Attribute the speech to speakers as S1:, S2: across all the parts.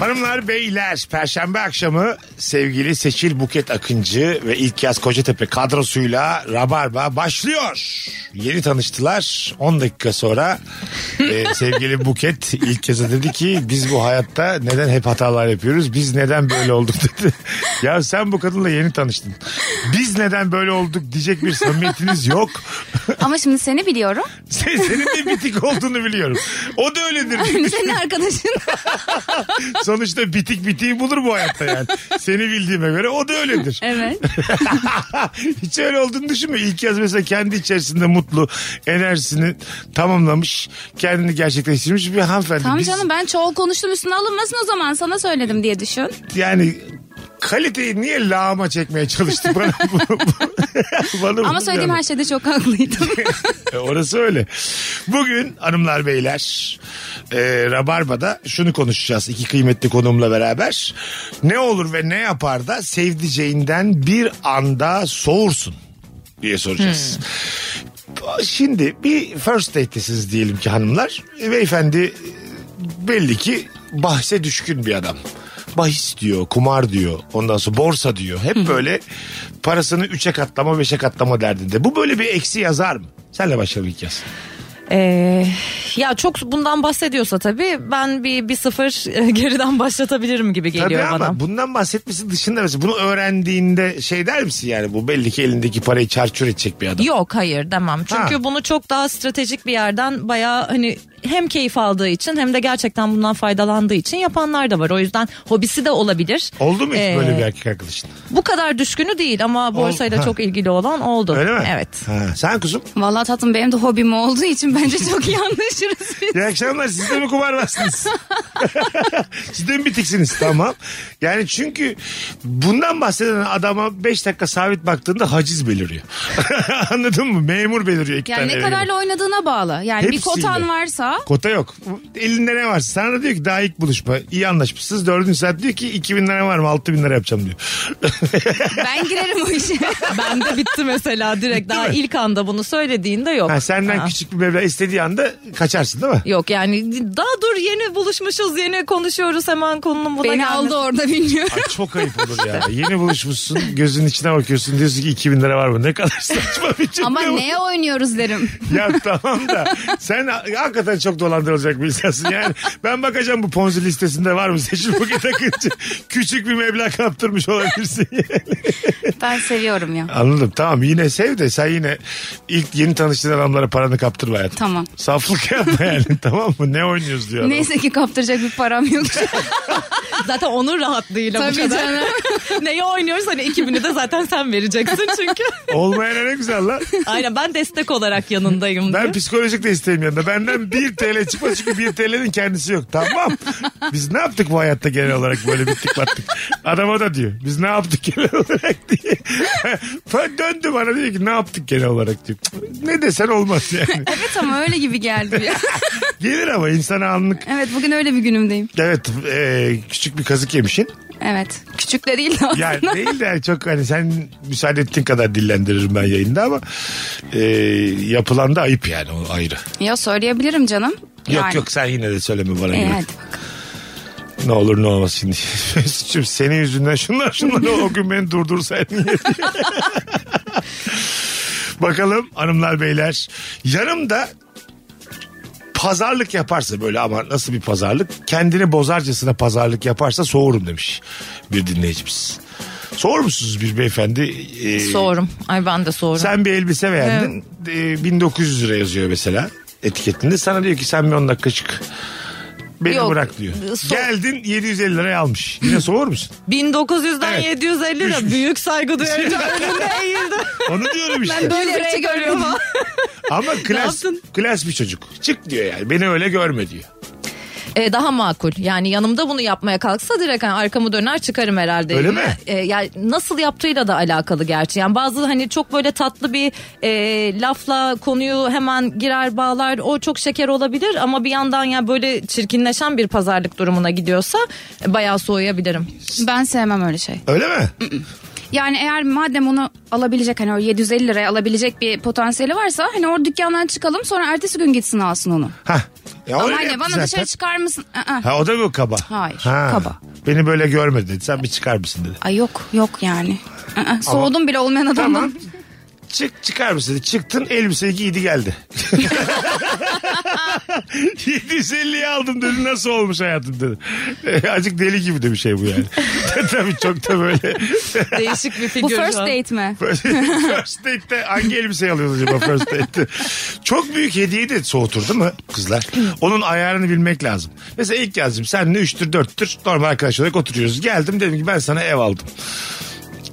S1: Hanımlar beyler perşembe akşamı sevgili Seçil Buket Akıncı ve ilk yaz Kocatepe kadrosuyla Rabarba başlıyor. Yeni tanıştılar 10 dakika sonra e, sevgili Buket ilk kez dedi ki biz bu hayatta neden hep hatalar yapıyoruz biz neden böyle olduk dedi. ya sen bu kadınla yeni tanıştın biz neden böyle olduk diyecek bir samimiyetiniz yok.
S2: Ama şimdi seni biliyorum.
S1: Sen, senin de bitik olduğunu biliyorum o da öyledir.
S2: Hani senin arkadaşın.
S1: Sonuçta bitik bitiği bulur bu hayatta yani. Seni bildiğime göre o da öyledir.
S2: evet.
S1: Hiç öyle olduğunu düşünme. İlk yaz mesela kendi içerisinde mutlu enerjisini tamamlamış, kendini gerçekleştirmiş bir hanımefendi.
S2: Tamam
S1: Biz
S2: canım ben çoğul konuştum üstüne alınmasın o zaman sana söyledim diye düşün.
S1: Yani kaliteyi niye lağıma çekmeye çalıştı bana bu, bu- bana bunu
S2: Ama söylediğim
S1: yani.
S2: her şeyde çok haklıydım.
S1: E, Orası öyle. Bugün hanımlar beyler e, Rabarba'da şunu konuşacağız iki kıymetli konuğumla beraber. Ne olur ve ne yapar da sevdiceğinden bir anda soğursun diye soracağız. Şimdi bir first date'tesiniz diyelim ki hanımlar. E, Beyefendi e, belli ki bahse düşkün bir adam. Bahis diyor, kumar diyor, ondan sonra borsa diyor. Hep böyle parasını üçe katlama, beşe katlama derdinde. Bu böyle bir eksi yazar mı? Senle başlayalım ilk yaz.
S3: Ee, ya çok bundan bahsediyorsa tabii ben bir, bir sıfır e, geriden başlatabilirim gibi
S1: Tabii
S3: geliyor
S1: ama
S3: bana.
S1: bundan bahsetmesi dışında mesela bunu öğrendiğinde şey der misin yani bu belli ki elindeki parayı çarçur edecek bir adam.
S3: Yok hayır demem. Çünkü
S1: Ha.
S3: bunu çok daha stratejik bir yerden bayağı hani hem keyif aldığı için hem de gerçekten bundan faydalandığı için yapanlar da var. O yüzden hobisi de olabilir.
S1: Oldu mu hiç
S3: Ee,
S1: böyle bir erkek arkadaşın?
S3: Bu kadar düşkünü değil ama borsayla
S1: ha.
S3: çok ilgili olan oldu.
S1: Öyle mi?
S3: Evet.
S1: Ha, sen kuzum.
S2: Vallahi tatlım benim de hobim olduğu için bence çok iyi anlaşırız biz.
S1: İyi akşamlar siz de mi kumarbazsınız? siz de mi bitiksiniz? Tamam. Yani çünkü bundan bahseden adama 5 dakika sabit baktığında haciz beliriyor. Anladın mı? Memur beliriyor iki
S2: Yani
S1: tane
S2: ne
S1: eve
S2: kadarla oynadığına bağlı. Yani bir
S1: Hepsiyle.
S2: kotan varsa
S1: Kota yok. Elinde ne var? Sana da diyor ki daha ilk buluşma. İyi anlaşmışsınız. Dördüncü saat diyor ki 2000 lira var mı? 6000 lira yapacağım diyor.
S2: ben girerim o işe.
S3: Ben de bitti mesela direkt daha ilk anda bunu söylediğinde yok.
S1: Ha, senden
S3: Ha.
S1: küçük bir meblağ istediği anda kaçarsın değil mi?
S3: Yok yani daha dur yeni buluşmuşuz yeni konuşuyoruz hemen konunun buna
S2: Beni
S3: gelmesi.
S2: aldı orada bilmiyorum.
S1: Ay, çok ayıp olur ya. Yeni buluşmuşsun gözünün içine bakıyorsun diyorsun ki 2000 lira var mı? Ne kadar saçma bir cümle
S2: Ama
S1: bu.
S2: neye oynuyoruz derim.
S1: Ya tamam da sen ha- hakikaten çok dolandırılacak bir insansın. Yani ben bakacağım bu ponzi listesinde var mı seçim buket akıncı. Küçük bir meblağ kaptırmış olabilirsin yani.
S2: Ben seviyorum ya.
S1: Anladım tamam yine sev de sen yine ilk yeni tanıştığın adamlara paranı kaptırma hayatım.
S2: Tamam.
S1: Saflık yapma yani tamam mı? Ne oynuyoruz diyor adam.
S2: Neyse ki kaptıracak bir param yok.
S3: Zaten onun rahatlığıyla bu
S2: Tabii
S3: kadar.
S2: canım.
S3: Neye oynuyoruz hani 2000'i de zaten sen vereceksin çünkü.
S1: Olmayana ne güzel lan.
S3: Aynen ben destek olarak yanındayım. diye.
S1: Ben psikolojik desteğim yanında. Benden 1 TL çıkma çünkü 1 TL'nin kendisi yok. Tamam. Biz ne yaptık bu hayatta genel olarak böyle bittik battık. Adama da diyor. Biz ne yaptık genel olarak diye. Ben döndü bana diyor ki ne yaptık genel olarak diyor. Cık, Ne desen olmaz yani.
S2: evet ama öyle gibi geldi ya.
S1: Gelir ama insana anlık.
S2: Evet bugün öyle bir günümdeyim.
S1: Evet e, küçük bir kazık yemişin.
S2: Evet. Küçük de değil de aslında.
S1: Yani değil de çok hani sen müsaade ettiğin kadar dillendiririm ben yayında ama e, yapılan da ayıp yani o ayrı.
S2: Ya söyleyebilirim canım.
S1: Yok yok sen yine de söyleme bana.
S2: E,
S1: gerek.
S2: hadi bakalım.
S1: Ne olur ne olmaz şimdi. Mesut'cum senin yüzünden şunlar şunlar o gün beni durdursaydın. ya diye. Bakalım hanımlar beyler. Yanımda pazarlık yaparsa böyle ama nasıl bir pazarlık? Kendini bozarcasına pazarlık yaparsa soğurum demiş bir dinleyicimiz. Soğur musunuz bir beyefendi? Ee,
S3: Soğurum. Ay ben de soğurum.
S1: Sen bir elbise beğendin. Ee, 1900 lira yazıyor mesela etiketinde. Sana diyor ki sen bir 10 dakika çık. Beni
S3: Yok,
S1: bırak diyor.
S3: so-
S1: Geldin 750 liraya almış. Yine soğur musun?
S3: 1900'den
S1: Evet.
S3: 750 lira büyük saygı duyarım. Önünde eğildi.
S1: Onu diyorum işte.
S3: Böyle
S2: liraya
S3: görüyorum.
S1: Ama klas,
S3: yaptın?
S1: klas bir çocuk. Çık diyor yani. Beni öyle görme diyor.
S3: e, daha makul. Yani yanımda bunu yapmaya kalksa direkt hani arkamı döner çıkarım herhalde.
S1: Öyle mi?
S3: E, yani nasıl yaptığıyla da alakalı gerçi. Yani bazı hani çok böyle tatlı bir e, lafla konuyu hemen girer bağlar. O çok şeker olabilir ama bir yandan ya böyle çirkinleşen bir pazarlık durumuna gidiyorsa e, bayağı soğuyabilirim.
S2: Ben sevmem öyle şey.
S1: Öyle mi?
S2: Yani eğer madem onu alabilecek hani o 750 liraya alabilecek bir potansiyeli varsa hani o dükkandan çıkalım sonra ertesi gün gitsin alsın onu.
S1: Hah. Ya
S2: Ama
S1: öyle
S2: anne
S1: yaptı
S2: bana
S1: zaten.
S2: dışarı çıkar mısın? Aa.
S1: şey Ha o da bu kaba.
S2: Hayır, kaba.
S1: Beni böyle görmedi dedi. Sen bir çıkar mısın dedi.
S2: Ay yok yok yani. Aa, soğudum bile olmayan adamdan.
S1: Tamam. Çık çıkar mısın dedi. Çıktın elbiseyi giydi geldi. 750'yi aldım dedi nasıl olmuş hayatım dedi. Azıcık deli gibi de bir şey bu yani. Tabii çok da böyle.
S3: Değişik bir figür.
S2: Bu
S3: şu an.
S2: first date mi?
S1: first date'te hangi elbise alıyoruz acaba first date'te? Çok büyük hediye de soğutur değil mi kızlar? Onun ayarını bilmek lazım. Mesela ilk yazdım senle 3'tür 4'tür normal arkadaş olarak oturuyoruz. Geldim dedim ki ben sana ev aldım.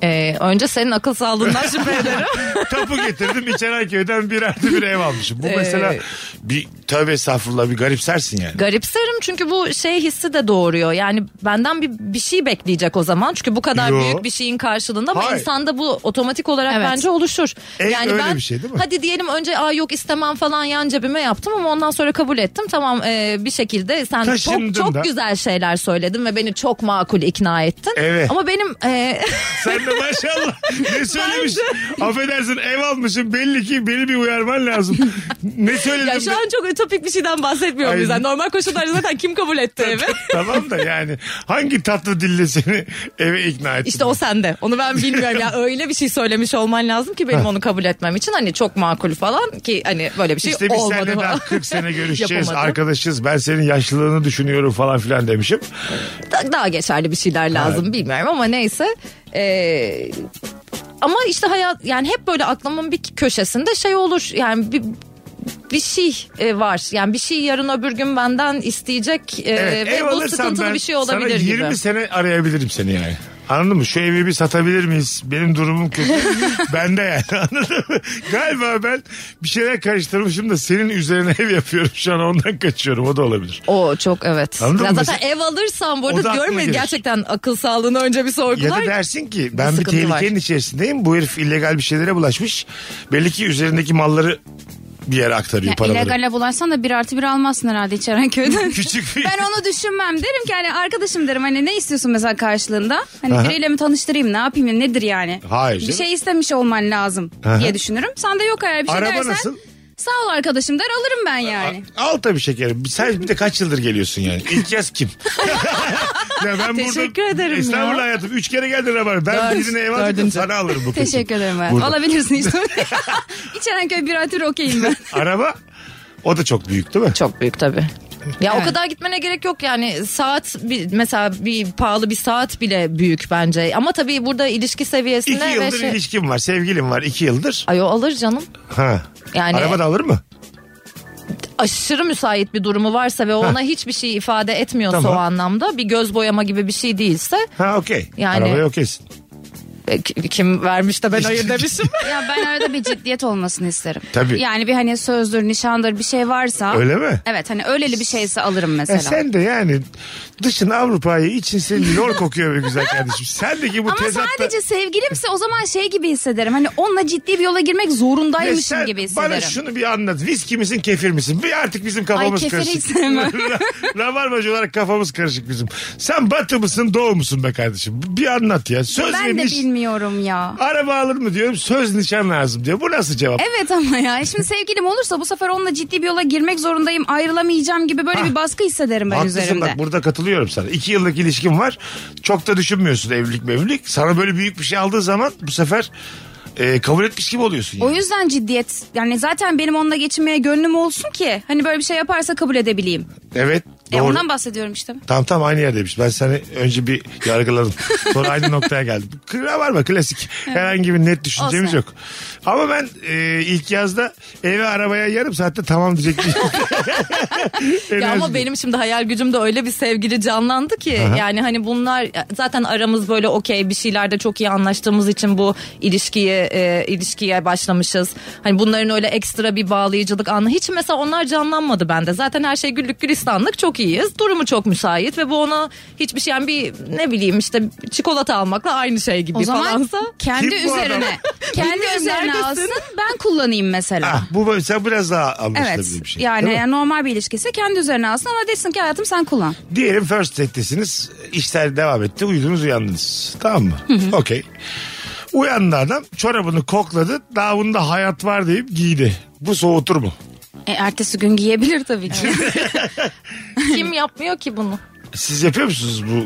S3: E, önce senin akıl sağlığından şüphe ederim.
S1: Tapu getirdim İçerayköy'den bir artı bir ev almışım. Bu mesela
S3: Ee,
S1: bir tövbe estağfurullah bir garipsersin yani.
S3: Garipserim çünkü bu şey hissi de doğuruyor. Yani benden bir, bir şey bekleyecek o zaman. Çünkü bu kadar
S1: Yo.
S3: büyük bir şeyin karşılığında ama
S1: Hayır.
S3: insanda bu otomatik olarak
S2: Evet.
S3: bence oluşur.
S1: En
S3: yani
S1: öyle
S3: ben
S1: bir şey değil mi?
S3: hadi diyelim önce aa yok istemem falan yan cebime yaptım ama ondan sonra kabul ettim. Tamam e, bir şekilde sen
S1: Taşındın
S3: çok çok
S1: da.
S3: güzel şeyler söyledin ve beni çok makul ikna ettin.
S1: Evet.
S3: Ama benim e,
S1: Sen de maşallah ne söylemiş? Affedersin ev almışım belli ki beni bir uyarman lazım. ne söyledin?
S3: ya şu an çok ütopik bir şeyden bahsetmiyorum
S1: Ay.
S3: bizden. Normal koşullarda zaten kim kabul etti evi?
S1: tamam da yani hangi tatlı dille seni eve ikna ettin?
S3: İşte o sende. Onu ben bilmiyorum ya. Öyle bir şey söylemiş olman lazım ki benim onu kabul etmem için. Hani çok makul falan ki hani böyle bir şey
S1: İşte biz
S3: olmadı
S1: seninle daha
S3: falan.
S1: 40 sene görüşeceğiz,
S3: Yapamadım.
S1: arkadaşız. Ben senin yaşlılığını düşünüyorum falan filan demişim.
S3: Da- daha geçerli bir şeyler lazım bilmiyorum ama neyse. Ee, ama işte hayat yani hep böyle aklımın bir köşesinde şey olur yani bir bir şey e, var. Yani bir şey yarın öbür gün benden isteyecek e,
S1: Evet, ev
S3: ve bu
S1: alırsam ben
S3: sıkıntılı bir şey olabilir
S1: sana 20
S3: gibi.
S1: sene arayabilirim seni yani. Anladın mı? Şu evi bir satabilir miyiz? Benim durumum kötü. Bende yani anladın mı? Galiba ben bir şeyler karıştırmışım da senin üzerine ev yapıyorum şu an ondan kaçıyorum. O da olabilir.
S3: O çok evet.
S1: Anladın
S3: Ya
S1: mı?
S3: zaten ev alırsam bu
S1: O da
S3: arada
S1: aklıma
S3: diyorum ya
S1: gelir.
S3: gerçekten akıl sağlığını önce bir
S1: Ya
S3: sorgular.
S1: da dersin ki ben
S3: Bir
S1: bir
S3: sıkıntı
S1: tehlikenin içerisindeyim. Bu herif illegal bir şeylere bulaşmış. Belli ki üzerindeki malları bir yere aktarıyor
S2: Ya
S1: paraları.
S2: illegale bulaşsan da bir artı bir almazsın herhalde İçerenköy'den.
S1: Küçük bir...
S2: ben onu düşünmem. Derim ki hani arkadaşım derim hani ne istiyorsun mesela karşılığında? Hani
S1: Aha.
S2: biriyle mi tanıştırayım ne yapayım nedir yani?
S1: Hayır
S2: Bir
S1: canım.
S2: şey istemiş olman lazım
S1: Aha.
S2: diye düşünürüm. Sen de yok eğer bir şey
S1: Araba
S2: dersen.
S1: nasıl?
S2: Sağ ol arkadaşım der alırım ben yani.
S1: Al tabii şekerim. Sen bir de kaç yıldır geliyorsun yani? İlk yaz kim? ya ben
S3: Teşekkür ederim ya.
S1: İstanbul hayatım. Üç kere geldin Rabar. Ben
S3: Dört-
S1: birine ev atacağım
S3: dördüncü.
S1: sana alırım bu kızı.
S2: Teşekkür ederim hayatım.
S1: Burada.
S2: Alabilirsin işte. İçerenköy bir artı bir okeyim ben.
S1: Araba o da çok büyük değil mi?
S3: Çok büyük tabii. Ya
S2: Yani.
S3: o kadar gitmene gerek yok yani saat bir, mesela bir pahalı bir saat bile büyük bence ama tabii burada ilişki seviyesine
S1: İki
S3: ve
S1: yıldır
S3: şey...
S1: ilişkim var. Sevgilim var. iki yıldır.
S3: Ay o alır canım.
S1: Ha.
S3: Yani-
S1: Araba da alır mı?
S3: Aşırı müsait bir durumu varsa ve ona hiçbir şey ifade etmiyorsa
S1: Tamam.
S3: o anlamda bir göz boyama gibi bir şey değilse
S1: Ha okey.
S3: Yani-
S1: Arabaya okeysin.
S3: e, ki- kim vermiş de ben hayır demişim.
S2: Ya ben arada bir ciddiyet olmasını isterim.
S1: Tabii.
S2: Yani bir hani sözdür, nişandır bir şey varsa.
S1: Öyle mi?
S2: Evet hani öyleli bir şeyse alırım
S1: E
S2: mesela.
S1: sen de yani dışın Avrupa'yı için senin lor kokuyor be güzel kardeşim. Sendeki bu
S2: Ama
S1: tezatta...
S2: sadece sevgilimse o zaman şey gibi hissederim. Hani onunla ciddi bir yola girmek
S1: Ya
S2: zorundaymışım
S1: sen
S2: gibi hissederim.
S1: Bana şunu bir anlat. Viski misin kefir misin? Bir artık bizim kafamız
S2: Ay, kefiri
S1: karışık.
S2: hiç sevmem.
S1: Ra- Rabarbacı olarak kafamız karışık bizim. Sen batı mısın doğu musun be kardeşim? Bir anlat ya. Söz
S2: ben de
S1: vermiş.
S2: bilmiyorum ya.
S1: Araba alır mı diyorum söz nişan lazım diyor. Bu nasıl cevap?
S2: Evet ama ya şimdi sevgilim olursa bu sefer onunla ciddi bir yola girmek zorundayım ayrılamayacağım gibi böyle
S1: Ha.
S2: bir baskı hissederim ben
S1: Haklısın
S2: üzerimde.
S1: bak burada katılıyorum sana. İki yıllık ilişkin var. Çok da düşünmüyorsun evlilik mevlilik. Sana böyle büyük bir şey aldığı zaman bu sefer e, kabul etmiş gibi oluyorsun.
S2: O
S1: Yani.
S2: yüzden ciddiyet yani zaten benim onunla geçinmeye gönlüm olsun ki hani böyle bir şey yaparsa kabul edebileyim.
S1: Evet
S2: E
S1: doğru.
S2: ondan bahsediyorum işte.
S1: Tam tam aynı yerdeymiş. Ben seni önce bir yargıladım. Sonra aynı noktaya geldim. Kıra var mı klasik? Herhangi bir net düşüncemiz
S2: Olsun.
S1: yok. Ama ben e, ilk yazda eve arabaya yarım saatte tamam diyecek şey bir
S3: Ya ama
S1: Enerjim.
S3: benim şimdi hayal gücümde öyle bir sevgili canlandı ki yani hani bunlar zaten aramız böyle okey bir şeylerde çok iyi anlaştığımız için bu ilişkiye e, ilişkiye başlamışız. Hani bunların öyle ekstra bir bağlayıcılık anı hiç mesela onlar canlanmadı bende. Zaten her şey güllük gülistanlık çok iyiyiz. Durumu çok müsait ve bu ona hiçbir şey yani bir ne bileyim işte çikolata almakla aynı şey gibi
S2: O zaman
S3: falansa.
S2: kendi
S1: Kim bu adam?
S2: üzerine kendi
S3: Bilmiyorum,
S2: üzerine
S3: neredesin?
S2: alsın ben kullanayım mesela.
S1: Ah, bu böyle sen biraz daha anlaşılabilir
S2: Evet
S1: bir şey.
S2: yani
S1: Değil mi?
S2: eğer normal bir ilişkisi kendi üzerine alsın ama desin ki hayatım sen kullan.
S1: Diyelim first date'tesiniz. İşler devam etti. Uyudunuz uyandınız. Tamam mı? Okey. Uyandı adam. Çorabını kokladı. Daha bunda hayat var deyip giydi. Bu soğutur mu?
S2: E, ertesi gün giyebilir tabii ki.
S3: Kim yapmıyor ki bunu?
S1: Siz yapıyor musunuz bu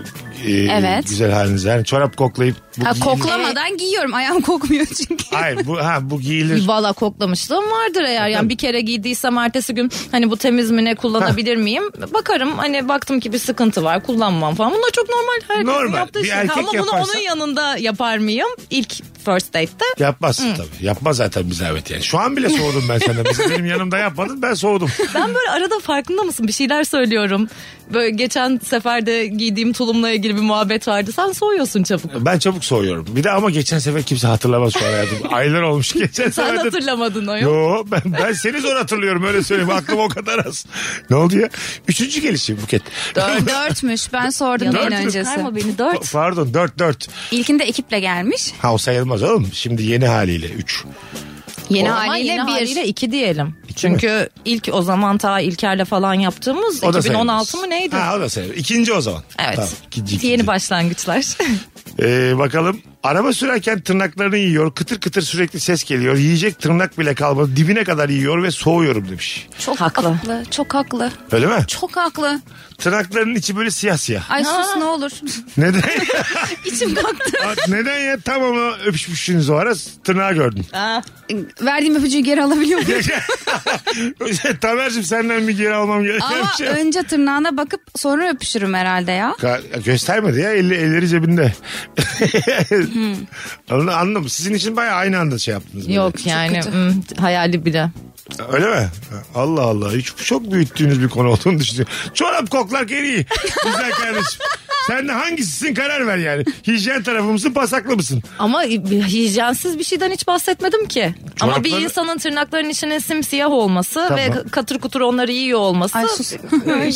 S1: e,
S2: Evet.
S1: güzel halinizi? Yani çorap koklayıp bu
S2: Ha,
S1: giyilir-
S2: koklamadan giyiyorum ayağım kokmuyor çünkü.
S1: Hayır bu, ha, bu giyilir.
S3: Valla koklamışlığım vardır eğer. Yani bir kere giydiysem ertesi gün hani bu temiz mi ne kullanabilir miyim? Bakarım hani baktım ki bir sıkıntı var kullanmam falan. Bunlar çok normal. Herkesin
S1: Normal.
S3: yaptığı
S1: Bir
S3: şey.
S1: erkek
S3: Ama bunu
S1: yaparsa-
S3: onun yanında yapar mıyım? İlk first date'te.
S1: Yapmaz tabii. Yapmaz zaten bir zahmet yani. Şu an bile soğudum ben senden. Mesela benim yanımda yapmadın ben soğudum.
S3: Ben böyle arada farkında mısın? Bir şeyler söylüyorum. Böyle geçen sefer de giydiğim tulumla ilgili bir muhabbet vardı. Sen soğuyorsun çabuk.
S1: Ben çabuk soğuyorum. Bir de ama geçen sefer kimse hatırlamaz şu an hayatım. Aylar olmuş geçen sefer.
S3: Sen
S1: de-
S3: hatırlamadın o yok.
S1: Yo ben, ben seni zor hatırlıyorum öyle söyleyeyim. Aklım o kadar az. Ne oldu ya? Üçüncü gelişi Buket.
S2: Dört- Dörtmüş ben sordum
S1: Dört
S2: en
S1: mü?
S2: öncesi.
S3: Karma beni dört.
S1: Pa- Pardon dört dört.
S2: İlkinde ekiple gelmiş
S1: Ha o sayılmaz oğlum. Şimdi yeni haliyle üç.
S2: yeni
S3: Ama
S2: haliyle
S3: yeni
S2: bir.
S3: haliyle iki diyelim. Çünkü ilk o zaman ta İlker'le falan yaptığımız
S1: O da
S3: 2016
S1: sayılmaz.
S3: mı neydi?
S1: Ha o da sayılır. İkinci o zaman.
S3: Evet.
S1: Tamam, ikinci, ikinci.
S3: Yeni başlangıçlar.
S1: Ee, bakalım. Araba sürerken tırnaklarını yiyor. Kıtır kıtır sürekli ses geliyor. Yiyecek tırnak bile kalmadı. Dibine kadar yiyor ve soğuyorum demiş.
S2: Çok
S3: Haklı.
S2: haklı. Çok haklı.
S1: Öyle mi?
S2: Çok haklı.
S1: Tırnaklarının içi böyle siyah siyah.
S2: Ay sus ne olur.
S1: Neden?
S2: İçim kalktı.
S1: Neden ya? Tam ama öpüşmüşsünüz o ara tırnağı gördüm.
S2: Verdiğim öpücüğü geri alabiliyor muyum?
S1: Şey, Tamer'cim senden bir şey geri almam
S2: Ama
S1: gerekiyor.
S2: önce tırnağına bakıp sonra öpüşürüm herhalde ya.
S1: Ka- göstermedi ya elli, elleri cebinde. Anla- Anladım. Sizin için bayağı aynı anda şey yaptınız. böyle.
S3: Hmm. Yok yani hmm, hayali bile.
S1: Öyle mi? Allah Allah. Hiç, çok büyüttüğünüz bir konu olduğunu düşünüyorum. Çorap koklar iyi. Güzel kardeşim. Sen de hangisisin karar ver yani. Hijyen tarafı mısın pasaklı mısın?
S3: Ama hijyensiz bir şeyden hiç bahsetmedim ki. Ama bir
S1: Çorapları-
S3: insanın tırnaklarının içine simsiyah olması
S1: Tamam.
S3: ve katır kutur onları yiyor olması.
S2: Ay sus.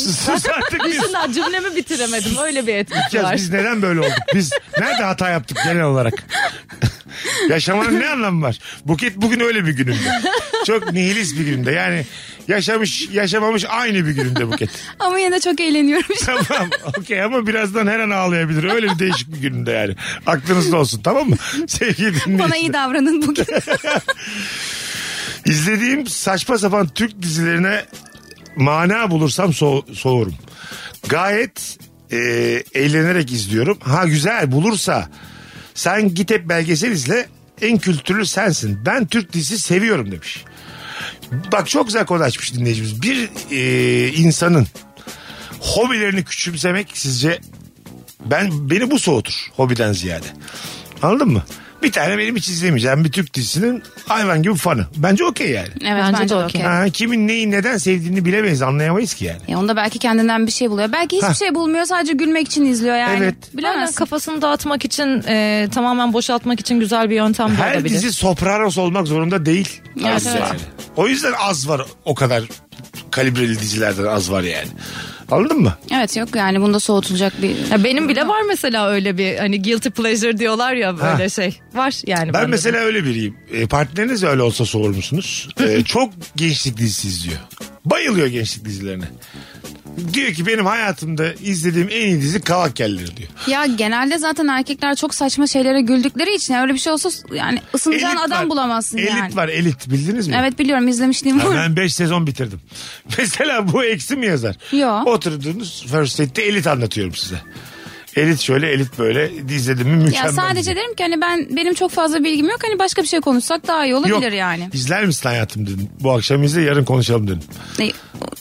S1: Sus artık biz.
S3: Düşün daha cümlemi bitiremedim. Öyle bir etkisi
S1: Ya
S3: var.
S1: Biz neden böyle olduk? Biz nerede hata yaptık genel olarak? Yaşamanın ne anlamı var? Buket bugün öyle bir gününde. Çok nihilist bir gününde. Yani yaşamış yaşamamış aynı bir gününde Buket.
S2: Ama yine de çok eğleniyorum.
S1: tamam okey ama birazdan her an ağlayabilir. Öyle bir değişik bir gününde yani. Aklınızda olsun tamam mı? Sevgili
S2: Bana
S1: dinleyiciler.
S2: iyi davranın bugün.
S1: İzlediğim saçma sapan Türk dizilerine mana bulursam so- soğurum. Gayet e, eğlenerek izliyorum. Ha güzel bulursa sen git hep belgesel izle en kültürlü sensin. Ben Türk dizisi seviyorum demiş. Bak çok güzel konu açmış dinleyicimiz. Bir e, insanın hobilerini küçümsemek sizce ben beni bu soğutur hobiden ziyade. Anladın mı? Bir tane benim hiç izlemeyeceğim bir Türk dizisinin hayvan gibi fanı. Bence okey yani.
S2: Evet bence, de okey.
S1: Ha, kimin neyi neden sevdiğini bilemeyiz anlayamayız ki yani.
S2: Ya E, onda belki kendinden bir şey buluyor. Belki hiçbir
S1: Ha.
S2: şey bulmuyor sadece gülmek için izliyor yani.
S1: Evet.
S3: Aynen
S2: Bilemezsin.
S3: kafasını dağıtmak için e, tamamen boşaltmak için güzel bir yöntem de
S1: Her
S3: olabilir.
S1: dizi Sopranos olmak zorunda değil.
S2: Evet,
S1: Az
S2: evet.
S1: yani. O yüzden az var o kadar kalibreli dizilerden az var yani. Anladın mı?
S2: Evet yok yani bunda soğutulacak bir...
S3: Ya benim bile var mesela öyle bir hani guilty pleasure diyorlar ya böyle
S1: Ha.
S3: şey. Var yani.
S1: Ben
S3: bende de.
S1: mesela öyle biriyim. E, partneriniz öyle olsa soğur musunuz? E, çok gençlik dizisi izliyor. Bayılıyor gençlik dizilerine. Diyor ki benim hayatımda izlediğim en iyi dizi Kavak Kelleri diyor.
S2: Ya genelde zaten erkekler çok saçma şeylere güldükleri için öyle bir şey olsa yani ısınacağın adam
S1: var.
S2: bulamazsın
S1: elit
S2: yani.
S1: var elit bildiniz mi?
S2: Evet biliyorum izlemişliğim
S1: Ya
S2: var.
S1: ben 5 sezon bitirdim. Mesela bu eksi mi yazar?
S2: Yo.
S1: Oturduğunuz first date'te elit anlatıyorum size. Elit şöyle elit böyle izledim mi mükemmel.
S2: Ya sadece
S1: dizi.
S2: derim ki hani ben benim çok fazla bilgim yok hani başka bir şey konuşsak daha iyi olabilir
S1: Yok,
S2: yani.
S1: İzler misin hayatım dedim. Bu akşam izle yarın konuşalım dedim.
S2: E,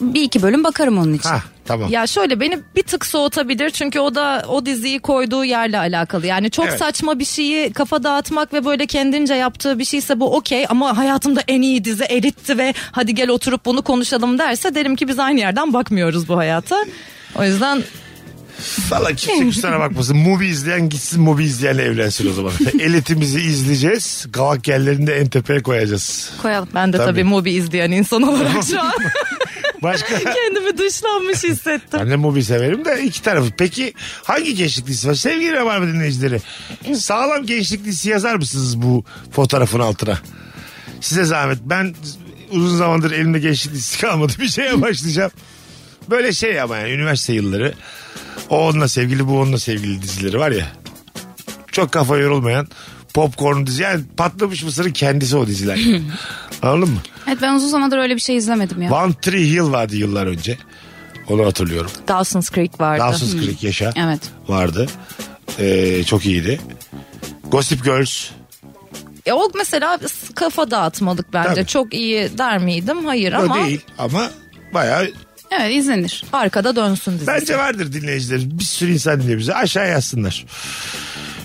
S2: Bir iki bölüm bakarım onun için.
S1: Ha tamam.
S3: Ya şöyle beni bir tık soğutabilir çünkü o da o diziyi koyduğu yerle alakalı. Yani çok
S1: Evet.
S3: saçma bir şeyi kafa dağıtmak ve böyle kendince yaptığı bir şeyse bu okey ama hayatımda en iyi dizi eritti ve hadi gel oturup bunu konuşalım derse derim ki biz aynı yerden bakmıyoruz bu hayata. O yüzden
S1: Valla kimse kusura bakmasın. Movie izleyen gitsin movie izleyenle evlensin o zaman. Elitimizi izleyeceğiz. Kavak Kelleri'ni de en tepeye koyacağız.
S2: Koyalım.
S3: ben de
S1: Tabii.
S3: tabii, Mubi izleyen insan olarak şu an
S1: Başka
S3: Kendimi dışlanmış hissettim.
S1: Ben de mobil severim de iki tarafı. Peki hangi gençlik dizisi var? Sevgili Rabarba dinleyicileri. Sağlam gençlik dizisi yazar mısınız bu fotoğrafın altına? Size zahmet. Ben uzun zamandır elimde gençlik dizisi kalmadı. Bir şeye başlayacağım. Böyle şey ama yani üniversite yılları. O onunla sevgili bu onunla sevgili dizileri var ya. Çok kafa yorulmayan popcorn dizi. Yani patlamış mısırın kendisi o diziler. Anladın mı?
S2: Evet ben uzun zamandır öyle bir şey izlemedim ya.
S1: One Tree Hill vardı yıllar önce. Onu hatırlıyorum.
S3: Dawson's Creek vardı.
S1: Dawson's Creek yaşa
S2: Evet.
S1: vardı. Ee, çok iyiydi. Gossip Girls.
S3: E, o mesela kafa dağıtmalık bence.
S1: Tabii.
S3: Çok iyi der miydim? Hayır
S1: O
S3: ama
S1: değil ama bayağı
S2: Evet izlenir.
S3: arkada dönsün dizisi.
S1: bence vardır dinleyiciler. Bir sürü insan dinliyor bizi. Aşağı yazsınlar.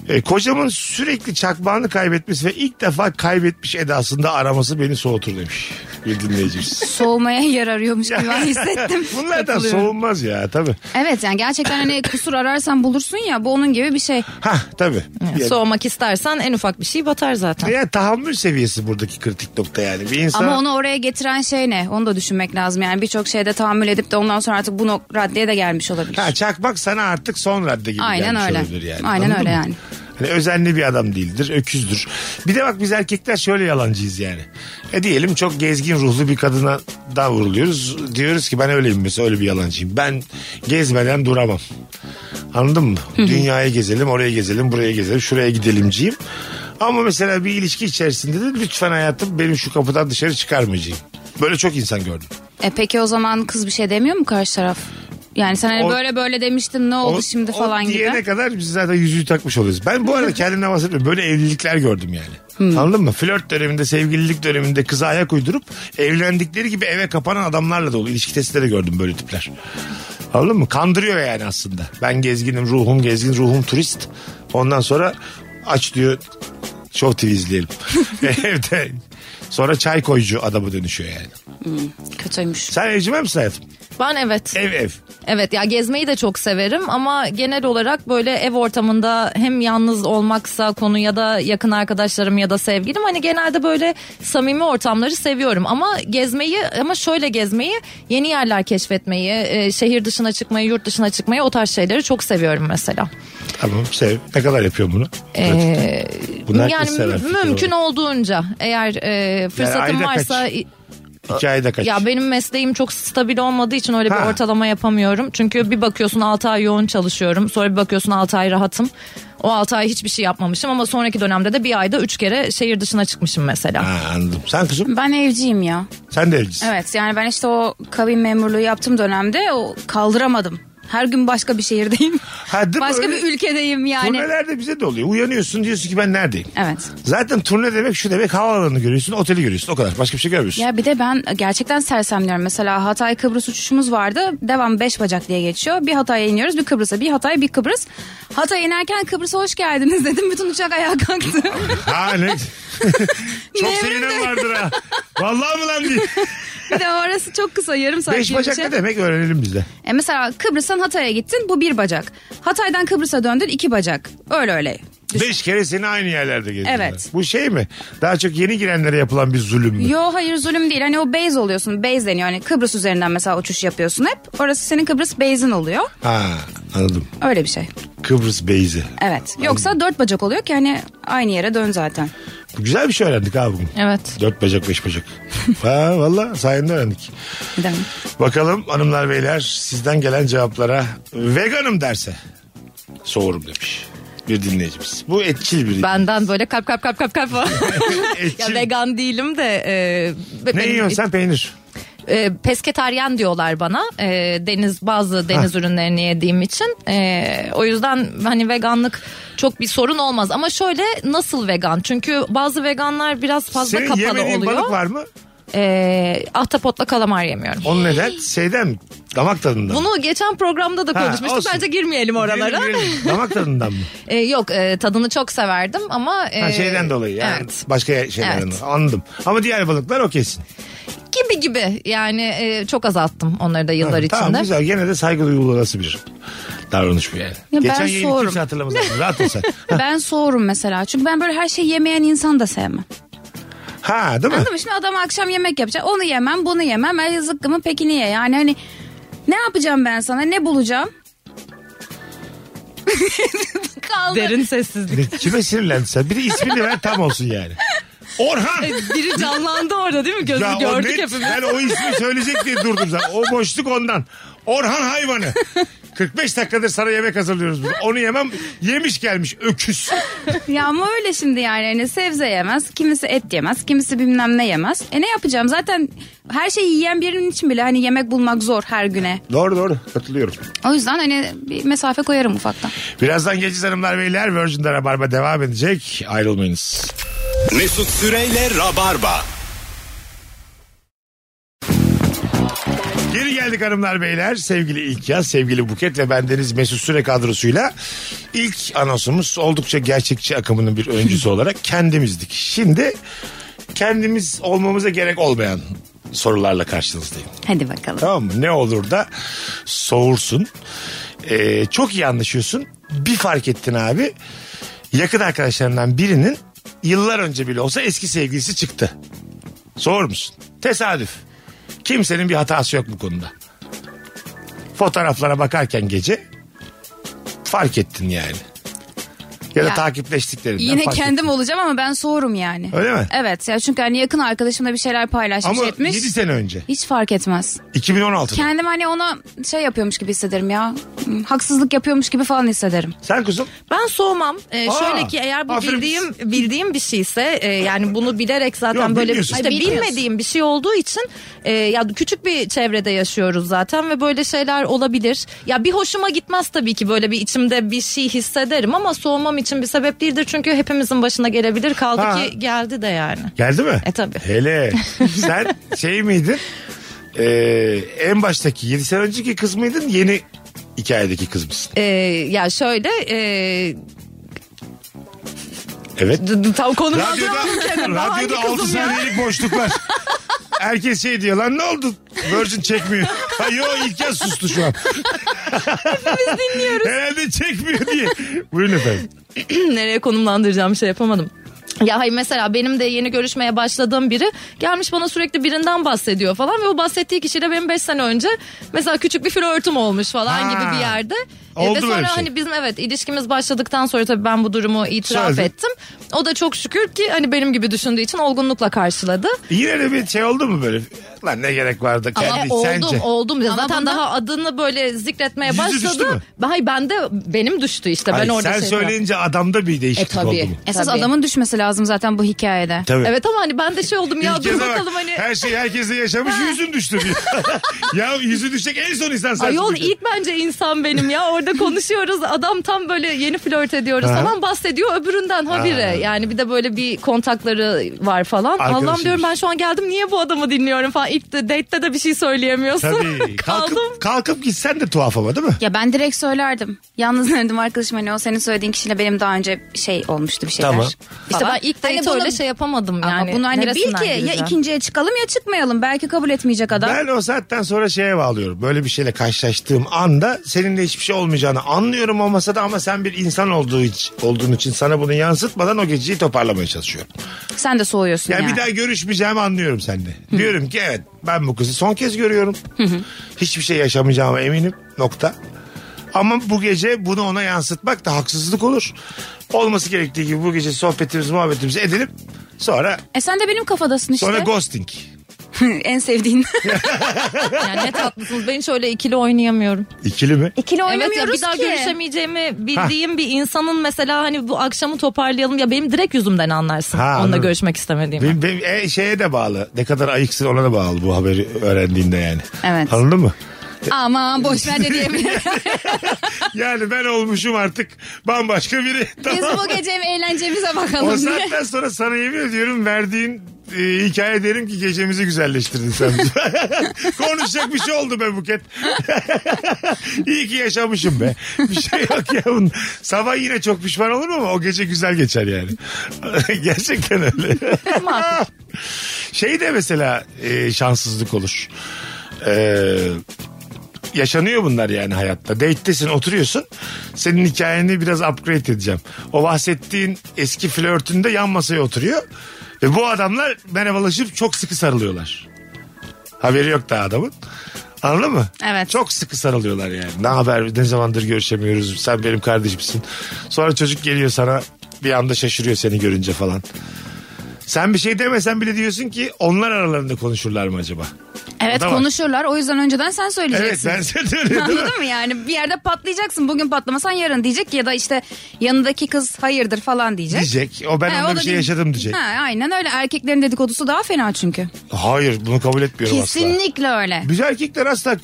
S1: Ee, kocamın sürekli çakmağını kaybetmesi ve ilk defa kaybetmiş edasında araması beni soğutur demiş. Bir dinleyicimiz.
S2: soğumaya yer arıyormuş gibi ben hissettim.
S1: Bunlardan
S2: Katılıyorum.
S1: soğunmaz ya tabii.
S2: Evet yani gerçekten hani kusur ararsan bulursun ya bu onun gibi bir şey.
S1: Ha tabii.
S3: Yani
S1: Yani,
S3: Soğumak istersen en ufak bir şey batar zaten.
S1: ya tahammül seviyesi buradaki kritik nokta yani. Bir insan
S2: Ama onu oraya getiren şey ne? Onu da düşünmek lazım. Yani birçok şeyde tahammül edip de ondan sonra artık bu nok- raddeye de gelmiş olabilir.
S1: Ha, çakmak sana artık son radde gibi
S2: Aynen
S1: gelmiş
S2: öyle.
S1: olabilir yani.
S2: Aynen
S1: Anladın
S2: öyle
S1: mı?
S2: yani.
S1: Hani özenli bir adam değildir, öküzdür. Bir de bak biz erkekler şöyle yalancıyız yani. E diyelim çok gezgin ruhlu bir kadına da vuruluyoruz. Diyoruz ki ben öyleyim mesela öyle bir yalancıyım. Ben gezmeden duramam. Anladın mı? Dünyayı gezelim, oraya gezelim, buraya gezelim, şuraya gidelimciyim. Ama mesela bir ilişki içerisinde de lütfen hayatım benim şu kapıdan dışarı çıkarmayacağım. Böyle çok insan gördüm.
S2: E peki o zaman kız bir şey demiyor mu karşı taraf? Yani sen hani
S1: O-
S2: böyle böyle demiştin ne oldu
S1: O-
S2: şimdi falan
S1: o diyene
S2: gibi.
S1: kadar biz zaten yüzüğü takmış oluyoruz. Ben bu arada kendimden bahsetmiyorum. Böyle evlilikler gördüm yani.
S2: Hmm.
S1: Anladın mı? Flört döneminde, sevgililik döneminde kıza ayak uydurup evlendikleri gibi eve kapanan adamlarla dolu. İlişki testleri gördüm böyle tipler. Anladın mı? Kandırıyor yani aslında. Ben gezginim, ruhum gezgin, ruhum turist. Ondan sonra aç diyor Show TV izleyelim. Evde. Sonra çay koyucu adamı dönüşüyor yani.
S2: Kötüymüş.
S1: Sen evcimen misin hayatım?
S3: Ben evet.
S1: Ev ev.
S3: Evet ya gezmeyi de çok severim ama genel olarak böyle ev ortamında hem yalnız olmaksa konu ya da yakın arkadaşlarım ya da sevgilim hani genelde böyle samimi ortamları seviyorum ama gezmeyi ama şöyle gezmeyi yeni yerler keşfetmeyi e, şehir dışına çıkmayı yurt dışına çıkmayı o tarz şeyleri çok seviyorum mesela.
S1: Tamam sev. Ne kadar yapıyorsun bunu?
S3: Ee,
S1: Bunu herkes
S3: yani
S1: sever, fikir
S3: mümkün
S1: olarak.
S3: olduğunca eğer e, fırsatım
S1: ayda
S3: varsa
S1: kaç? Hikayede kaç?
S3: ya benim mesleğim çok stabil olmadığı için öyle
S1: Ha.
S3: bir ortalama yapamıyorum. Çünkü bir bakıyorsun 6 ay yoğun çalışıyorum. Sonra bir bakıyorsun 6 ay rahatım. O 6 ay hiçbir şey yapmamışım ama sonraki dönemde de bir ayda 3 kere şehir dışına çıkmışım mesela.
S1: Ha, anladım. Sen kızım
S2: Ben evciyim ya.
S1: sen de evlisin.
S2: Evet yani ben işte o kabin memurluğu yaptığım dönemde o kaldıramadım. Her gün başka bir şehirdeyim.
S1: Ha, değil mi?
S2: başka
S1: Öyle-
S2: bir ülkedeyim yani.
S1: Turnelerde bize de oluyor. Uyanıyorsun diyorsun ki ben neredeyim?
S2: Evet.
S1: Zaten turne demek şu demek havaalanını görüyorsun, oteli görüyorsun. O kadar. Başka bir şey görmüyorsun.
S2: Ya bir de ben gerçekten sersemliyorum. Mesela Hatay Kıbrıs uçuşumuz vardı. Devam beş bacak diye geçiyor. Bir Hatay'a iniyoruz bir Kıbrıs'a. Bir Hatay bir Kıbrıs. Hatay'a inerken Kıbrıs'a hoş geldiniz dedim. Bütün uçak ayağa kalktı.
S1: Ha ne? Çok
S2: Nevrim
S1: sevinen
S2: de-
S1: vardır ha. Vallahi mi lan diye.
S2: bir de orası çok kısa yarım saat.
S1: Beş
S2: gibi bir
S1: bacak
S2: şey.
S1: ne demek öğrenelim biz de.
S2: E mesela Kıbrıs'tan Hatay'a gittin bu bir bacak. Hatay'dan Kıbrıs'a döndün iki bacak. Öyle öyle.
S1: Beş kere seni aynı yerlerde gezdiler.
S2: Evet.
S1: Bu şey mi? Daha çok yeni girenlere yapılan bir zulüm mü?
S2: Yo hayır zulüm değil. Hani o base oluyorsun. Base deniyor. Hani Kıbrıs üzerinden mesela uçuş yapıyorsun hep. Orası senin Kıbrıs base'in oluyor.
S1: Ha anladım.
S2: Öyle bir şey.
S1: Kıbrıs Beyzi.
S2: Evet. Yoksa dört bacak oluyor ki hani aynı yere dön zaten.
S1: Bu Güzel bir şey öğrendik abi bugün.
S3: Evet.
S1: Dört bacak beş bacak. ha valla sayende öğrendik.
S2: Değil mi?
S1: Bakalım hanımlar beyler sizden gelen cevaplara veganım derse soğurum demiş bir dinleyicimiz. Bu etçil bir
S3: Benden böyle kalp kalp kalp kalp kalp. ya
S1: etçil.
S3: vegan değilim de e,
S1: Ne
S3: benim-
S1: yiyorsun sen peynir?
S3: e, pesketaryen diyorlar bana E, deniz bazı deniz ürünlerini yediğim için E, o yüzden hani veganlık çok bir sorun olmaz ama şöyle nasıl vegan çünkü bazı veganlar biraz fazla
S1: Senin
S3: kapalı
S1: yemediğin balık
S3: oluyor
S1: var mı?
S3: E, ahtapotla kalamar yemiyorum.
S1: Onun neden? Şeyden mi? Damak tadından. mı?
S3: Bunu geçen programda da
S1: Ha,
S3: konuşmuştuk.
S1: olsun.
S3: Bence girmeyelim oralara.
S1: Girelim, girelim. Damak tadından mı?
S3: E, yok e, tadını çok severdim ama e,
S1: Ha, şeyden dolayı yani.
S3: Evet.
S1: Başka şeylerden
S3: Evet.
S1: dolayı. Anladım. Ama diğer balıklar o kesin.
S3: Gibi gibi. Yani e, çok azalttım onları da
S1: Ha,
S3: yıllar içinde.
S1: Tamam güzel. Gene de saygı duyulurası bir davranış bu yani.
S2: Ya
S1: Geçen
S2: ben
S1: yayını
S2: soğurum.
S1: kimse hatırlamaz. Rahat ol sen.
S2: Ben soğurum mesela. Çünkü ben böyle her şeyi yemeyen insanı da sevmem.
S1: Ha değil mi?
S2: Anladın mı? Şimdi adam akşam yemek yapacak. Onu yemem, bunu yemem. El zıkkımın peki niye? Yani hani ne yapacağım ben sana? Ne bulacağım? Kaldı.
S3: Derin sessizlik.
S1: Ne- Kime sinirlendi sen? Biri ismini ver tam olsun yani. Orhan.
S3: E, Biri canlandı orada değil mi? Gözü
S1: Ya o
S3: gördük
S1: net,
S3: hepimiz.
S1: Ben o ismi söyleyecek diye durdum zaten. O boşluk ondan. Orhan hayvanı. 45 dakikadır sana yemek hazırlıyoruz biz. Onu yemem. Yemiş gelmiş öküz.
S2: Ya ama öyle şimdi yani. Hani sebze yemez, kimisi et yemez, kimisi bilmem ne yemez. E ne yapacağım? Zaten her şeyi yiyen birinin için bile hani yemek bulmak zor her güne.
S1: Doğru doğru katılıyorum.
S2: O yüzden hani bir mesafe koyarım ufaktan.
S1: Birazdan Geciz Hanımlar Beyler Virgin'de Rabarba devam edecek. Ayrılmayınız.
S4: Mesut Süreyle Rabarba.
S1: Geri geldik hanımlar beyler. Sevgili İlker, sevgili Buket ve bendeniz Mesut Süre kadrosuyla ilk anonsumuz oldukça gerçekçi akımının bir öncüsü olarak kendimizdik. Şimdi kendimiz olmamıza gerek olmayan sorularla karşınızdayım.
S2: Hadi bakalım.
S1: Tamam mı? Ne olur da soğursun. Ee, çok iyi anlaşıyorsun. Bir fark ettin abi. Yakın arkadaşlarından birinin yıllar önce bile olsa eski sevgilisi çıktı. Soğur musun? Tesadüf. Kimsenin bir hatası yok bu konuda. Fotoğraflara bakarken gece fark ettin yani. Ya da
S2: Ya,
S1: takipleştiklerinden
S2: Yine
S1: fark
S2: kendim
S1: ettin.
S2: olacağım ama ben soğurum yani.
S1: Öyle mi?
S2: Evet ya çünkü hani yakın arkadaşımla bir şeyler paylaşmış
S1: Ama
S2: etmiş.
S1: 7 sene önce.
S2: Hiç fark etmez.
S1: 2016'da.
S2: Kendim hani ona şey yapıyormuş gibi hissederim ya. Hmm, Haksızlık yapıyormuş gibi falan hissederim.
S1: Sen kuzum?
S3: Ben soğumam. Ee,
S1: Aa,
S3: şöyle ki eğer bu
S1: aferin.
S3: bildiğim bildiğim bir şeyse e, yani bunu bilerek zaten
S1: Yok,
S3: böyle
S1: bilmiyorsun.
S3: işte
S2: Ay, bilmiyorsun.
S3: bilmediğim bir şey olduğu için e, ya küçük bir çevrede yaşıyoruz zaten ve böyle şeyler olabilir. Ya bir hoşuma gitmez tabii ki böyle bir içimde bir şey hissederim ama soğumam için bir sebep değildir çünkü hepimizin başına gelebilir kaldı
S1: Ha.
S3: ki geldi de yani.
S1: Geldi mi?
S3: E, tabii.
S1: Hele. Sen şey miydin? Ee, en baştaki 7 sene önceki kız mıydın? Yeni hikayedeki kız mısın?
S3: E, ya şöyle e,
S1: Evet.
S3: d- d- tam konumu
S1: Radyoda,
S3: hatırlamıyorum kendim. Ben hangi
S1: radyoda 6
S3: kızım ya?
S1: saniyelik boşluk var. Herkes şey diyor lan ne oldu? Virgin çekmiyor. Ha, yo ilk kez sustu şu an. Hepimiz dinliyoruz. Herhalde çekmiyor diye. Buyurun efendim.
S3: nereye konumlandıracağım şey yapamadım. Ya hayır mesela benim de yeni görüşmeye başladığım biri gelmiş bana sürekli birinden bahsediyor falan ve o bahsettiği kişiyle benim 5 sene önce mesela küçük bir flörtüm olmuş falan
S1: Ha.
S3: gibi bir yerde. E,
S1: Oldu
S3: ve
S1: böyle
S3: sonra
S1: bir şey.
S3: hani bizim evet ilişkimiz başladıktan sonra tabii ben bu durumu itiraf
S1: Söyledin.
S3: ettim. O da çok şükür ki hani benim gibi düşündüğü için olgunlukla karşıladı.
S1: Yine de bir şey oldu mu böyle? Lan ne gerek vardı kendi
S3: Ama oldum
S1: sence?
S3: oldum. Ya
S2: Ama
S3: Zaten
S2: bana-
S3: daha adını böyle zikretmeye
S1: Yüzü düştü
S3: başladı.
S1: mü?
S3: Hayır bende benim düştü işte
S1: Hayır,
S3: ben orada
S1: sen
S3: şey yapıyorum.
S1: söyleyince adamda bir
S3: E
S1: değişiklik oldu
S3: tabii.
S1: mu?
S2: Esas
S3: Tabii.
S2: adamın düşmesi lazım zaten bu hikayede.
S1: Tabii.
S3: Evet ama hani ben de şey oldum ya
S1: İlk kez
S3: dur
S1: bak,
S3: bakalım hani.
S1: Her şey herkese yaşamış yüzün düştü diyor. ya yüzü düşecek en son insan sensin.
S3: Ayol
S1: diyor.
S3: ilk bence insan benim ya orada konuşuyoruz adam tam böyle yeni flört ediyoruz
S1: Ha.
S3: falan bahsediyor öbüründen habire
S1: Ha.
S3: yani bir de böyle bir kontakları var falan
S1: Arkadaşıymış.
S3: Allah'ım diyorum ben şu an geldim niye bu adamı dinliyorum falan ilk de date'te de bir şey söyleyemiyorsun
S1: Tabii.
S3: kaldım
S1: Kalkıp, kalkıp gitsen de tuhaf ama değil mi?
S2: Ya ben direkt söylerdim. Yalnız derdim arkadaşım hani o senin söylediğin kişiyle benim daha önce şey olmuştu bir şeyler.
S1: Tamam.
S2: İşte
S3: falan.
S2: ben ilk
S3: Hani
S2: date
S3: bunu-
S2: öyle
S3: şey
S2: şey
S3: yapamadım
S2: Ama
S3: yani
S2: bunu hani bil
S3: Neresinden
S2: ki ya
S3: gireceğim?
S2: ikinciye çıkalım ya çıkmayalım. Belki kabul etmeyecek adam.
S1: Ben o saatten sonra şeye bağlıyorum. Böyle bir şeyle karşılaştığım anda seninle hiçbir şey olmayacağını anlıyorum o masada ama sen bir insan olduğu için, olduğun için sana bunu yansıtmadan o geceyi toparlamaya çalışıyorum.
S2: Sen de soğuyorsun
S1: Yani,
S2: yani.
S1: bir daha görüşmeyeceğimi anlıyorum seninle. Diyorum ki evet ben bu kızı son kez görüyorum. Hiçbir şey yaşamayacağıma eminim nokta. Ama bu gece bunu ona yansıtmak da haksızlık olur. Olması gerektiği gibi bu gece sohbetimizi muhabbetimizi edelim. Sonra
S2: E sen de benim kafadasın işte.
S1: sonra ghosting.
S2: en sevdiğin.
S3: yani ne tatlısınız ben hiç öyle ikili oynayamıyorum
S1: İkili mi?
S2: İkili
S3: evet ya
S2: oynamıyoruz
S3: bir daha
S2: ki.
S3: görüşemeyeceğimi bildiğim bir insanın mesela hani bu akşamı toparlayalım ya benim direkt yüzümden anlarsın
S1: Ha,
S3: onunla
S1: anladım.
S3: görüşmek istemediğimi
S1: Benim, benim- e, şeye de bağlı. Ne kadar ayıksın ona da bağlı bu haberi öğrendiğinde yani.
S2: Evet.
S1: Anladın mı?
S2: Aman boş ver de diyebilirim.
S1: Yani ben olmuşum artık bambaşka biri.
S2: Biz
S1: Tamam.
S2: bu gece eğlencemize
S1: O
S2: bakalım diye.
S1: saatten sonra sana yemin ediyorum verdiğin e, hikaye derim ki gecemizi güzelleştirdin sen. Konuşacak bir şey oldu be Buket. İyi ki yaşamışım be. Bir şey yok ya bunun. Sabah yine çok pişman olurum ama o gece güzel geçer yani. Gerçekten öyle. şey de mesela e, şanssızlık olur. Ee, yaşanıyor bunlar yani hayatta. Date'tesin oturuyorsun. Senin hikayeni biraz upgrade edeceğim. O bahsettiğin eski flörtünde yan masaya oturuyor. Ve bu adamlar merhabalaşıp çok sıkı sarılıyorlar. Haberi yok daha adamın. Anladın mı?
S2: Evet.
S1: Çok sıkı sarılıyorlar yani. Ne haber ne zamandır görüşemiyoruz sen benim kardeşimsin. Sonra çocuk geliyor sana bir anda şaşırıyor seni görünce falan. Sen bir şey demesen bile diyorsun ki onlar aralarında konuşurlar mı acaba?
S2: Evet
S1: da var.
S2: konuşurlar o yüzden önceden sen
S1: Evet
S2: söyleyeceksin.
S1: ben seni öyle değil mi?
S2: Anladın mı yani bir yerde patlayacaksın bugün patlamasan yarın diyecek ya da işte yanındaki kız hayırdır falan diyecek.
S1: Diyecek. O ben
S2: Ha,
S1: onda
S2: o
S1: bir
S2: da
S1: şey yaşadım diyecek.
S2: Ha, aynen öyle erkeklerin dedikodusu daha fena çünkü.
S1: Hayır bunu kabul etmiyorum asla.
S2: Kesinlikle öyle.
S1: Biz erkekler asla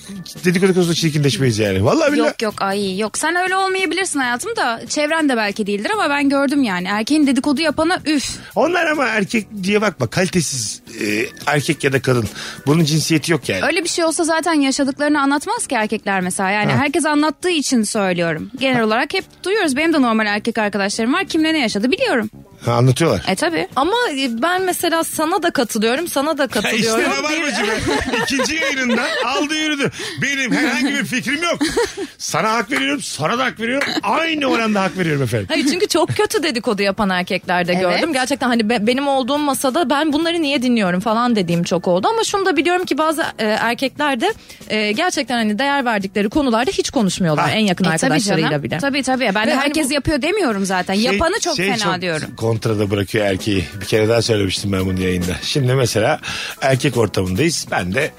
S1: dedikodu konusunda çirkinleşmeyiz yani. Vallahi billahi.
S2: Yok yok ay yok sen öyle olmayabilirsin hayatım da çevren de belki değildir ama ben gördüm yani erkeğin dedikodu yapana üf.
S1: Onlar ama erkek diye bakma kalitesiz e, erkek ya da kadın. Bunun cinsiyeti yok yani.
S2: Öyle bir şey olsa zaten yaşadıklarını anlatmaz ki erkekler mesela. Yani herkes anlattığı için söylüyorum. Genel olarak hep duyuyoruz. Benim de normal erkek arkadaşlarım var. Kimle ne yaşadı biliyorum.
S1: Ha, anlatıyorlar.
S2: E tabi.
S3: Ama ben mesela sana da katılıyorum, sana da
S1: Ya İşte
S3: katılıyorum.
S1: ne var bacım? İkinci yayınından aldı yürüdü. Benim herhangi bir fikrim yok. Sana hak veriyorum, sana da hak veriyorum. Aynı oranda hak veriyorum efendim.
S3: Hayır çünkü çok kötü dedikodu yapan erkekler de gördüm. Gerçekten hani be- benim olduğum masada ben bunları niye dinliyorum falan dediğim çok oldu. Ama şunu da biliyorum ki bazı e, erkekler de e, gerçekten hani değer verdikleri konularda hiç konuşmuyorlar
S1: Ha.
S3: en yakın
S2: E tabii
S3: arkadaşlarıyla
S2: canım.
S3: bile.
S2: Tabii tabii. Ben de
S3: hani
S2: herkes
S3: bu-
S2: yapıyor demiyorum zaten.
S1: Şey-
S2: Yapanı çok
S1: şey
S2: fena diyorum.
S1: Kontrada bırakıyor erkeği. Bir kere daha söylemiştim ben bunu yayında. Şimdi mesela erkek ortamındayız. Ben de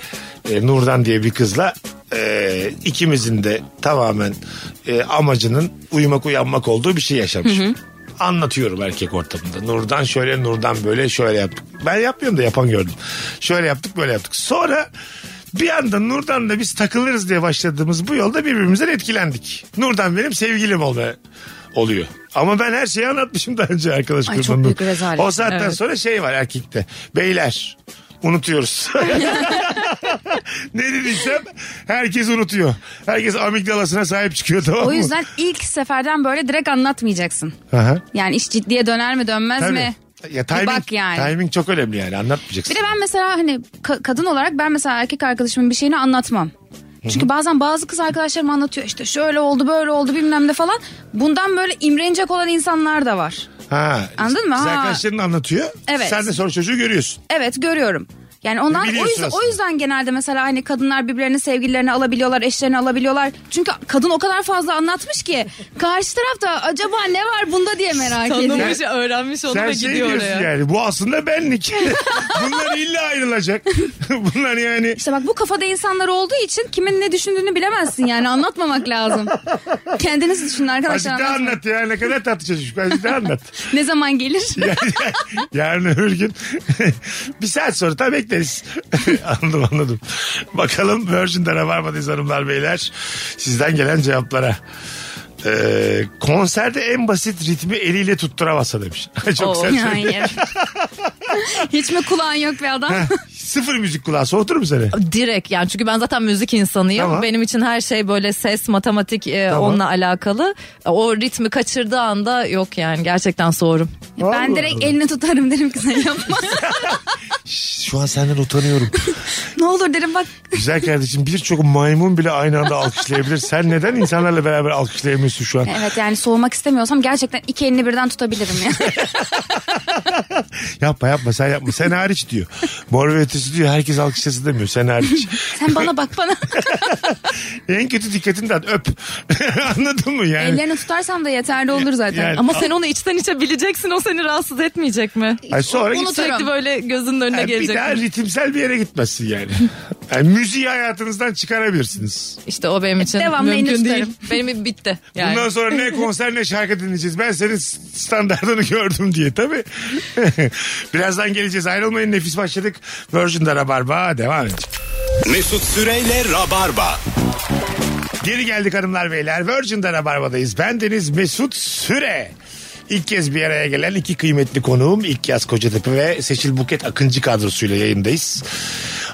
S1: e, Nurdan diye bir kızla e, ikimizin de tamamen e, amacının uyumak uyanmak olduğu bir şey yaşamışım. Anlatıyorum erkek ortamında. Nurdan şöyle, Nurdan böyle, şöyle yaptık. Ben yapmıyorum da yapan gördüm. Şöyle yaptık, böyle yaptık. Sonra bir anda Nurdan da biz takılırız diye başladığımız bu yolda birbirimizden etkilendik. Nurdan benim sevgilim olmaya oluyor. Ama ben her şeyi anlatmışım daha önce arkadaş
S2: Ay, çok
S1: grubunda.
S2: büyük rezalet.
S1: O saatten sonra şey var erkekte. Beyler unutuyoruz. ne dediysem herkes unutuyor. Herkes amigdalasına sahip çıkıyor tamam mı?
S2: O yüzden ilk seferden böyle direkt anlatmayacaksın.
S1: Aha.
S2: Yani iş ciddiye döner mi dönmez
S1: Tabii.
S2: mi?
S1: Ya
S2: Bir
S1: timing,
S2: bak yani.
S1: timing çok önemli yani anlatmayacaksın.
S2: Bir de ben mesela hani ka- kadın olarak ben mesela erkek arkadaşımın bir şeyini anlatmam. Çünkü bazen bazı kız arkadaşlarım anlatıyor işte şöyle oldu böyle oldu bilmem ne falan. Bundan böyle imrenecek olan insanlar da var.
S1: Ha,
S2: Anladın mı?
S1: Kız
S2: Ha.
S1: arkadaşların anlatıyor.
S2: Evet.
S1: Sen de sonra çocuğu görüyorsun.
S2: Evet görüyorum. Yani ondan o
S1: Biliyorsun
S2: yüzden, o
S1: aslında.
S2: yüzden genelde mesela hani kadınlar birbirlerinin sevgililerini alabiliyorlar, eşlerini alabiliyorlar. Çünkü kadın o kadar fazla anlatmış ki karşı taraf da acaba ne var bunda diye merak ediyor.
S3: Tanımış, öğrenmiş onu
S1: Sen
S3: da
S1: şey
S3: gidiyor
S1: diyorsun
S3: oraya.
S1: yani bu aslında benlik. Bunlar illa ayrılacak. Bunlar yani
S2: İşte bak bu kafada insanlar olduğu için kimin ne düşündüğünü bilemezsin yani anlatmamak lazım. Kendiniz düşünün arkadaşlar.
S1: Azıcık daha
S2: anlatmayın.
S1: anlat ya ne kadar tatlı çocuk. Azıcık daha anlat.
S2: Ne zaman gelir?
S1: Yani- yarın öbür gün bir saat sonra tabii bekleriz. anladım anladım. Bakalım Virgin'de Rabarba'dayız hanımlar beyler. Sizden gelen cevaplara. Ee, konserde en basit ritmi eliyle tutturamasa demiş. Çok
S3: Oo.
S1: sen söyle.
S2: Hayır. Hiç mi kulağın yok be adam?
S1: Sıfır müzik kulağı soğutur mu seni?
S3: Direkt yani çünkü ben zaten müzik insanıyım.
S1: Tamam.
S3: Benim için her şey böyle ses, matematik e,
S1: Tamam.
S3: onunla alakalı. O ritmi kaçırdığı anda yok yani gerçekten sorum.
S2: ben direkt elini tutarım derim ki sen yapma.
S1: Şu an senden utanıyorum.
S2: ne olur derim bak.
S1: Güzel kardeşim birçok maymun bile aynı anda alkışlayabilir. Sen neden insanlarla beraber alkışlayamıyorsun şu an?
S2: Evet yani soğumak istemiyorsam gerçekten iki elini birden tutabilirim yani.
S1: Yapma yapma sen yapma. Sen hariç diyor. Mor ve ötesi diyor. Herkes alkışlasın demiyor. Sen hariç.
S2: sen bana bak bana.
S1: En kötü dikkatini de at, öp. Anladın mı yani?
S2: Ellerini tutarsam da yeterli olur zaten.
S1: Yani-
S3: Ama sen onu içten içe bileceksin o seni rahatsız etmeyecek mi?
S1: Ay sonra
S3: Bunu
S1: git-
S3: sürekli böyle gözünün önüne
S1: Yani bir
S3: gelecek.
S1: daha ritimsel bir yere gitmezsin yani. yani müziği hayatınızdan çıkarabilirsiniz.
S3: İşte o benim için
S2: Devamlı
S3: mümkün
S2: elini
S3: değil.
S2: tutarım.
S3: Benim bitti. Yani.
S1: Bundan sonra ne konser ne şarkı dinleyeceğiz. Ben senin standartını gördüm diye tabii. Birazdan geleceğiz. Ayrılmayın. Nefis başladık. Virgin'de Rabarba devam edecek.
S4: Mesut Süreyle Rabarba.
S1: Geri geldik hanımlar beyler. Virgin'de Rabarba'dayız. Ben Deniz Mesut Süre. İlk kez bir araya gelen iki kıymetli konuğum İlk Yaz Kocatepe ve Seçil Buket Akıncı kadrosuyla yayındayız.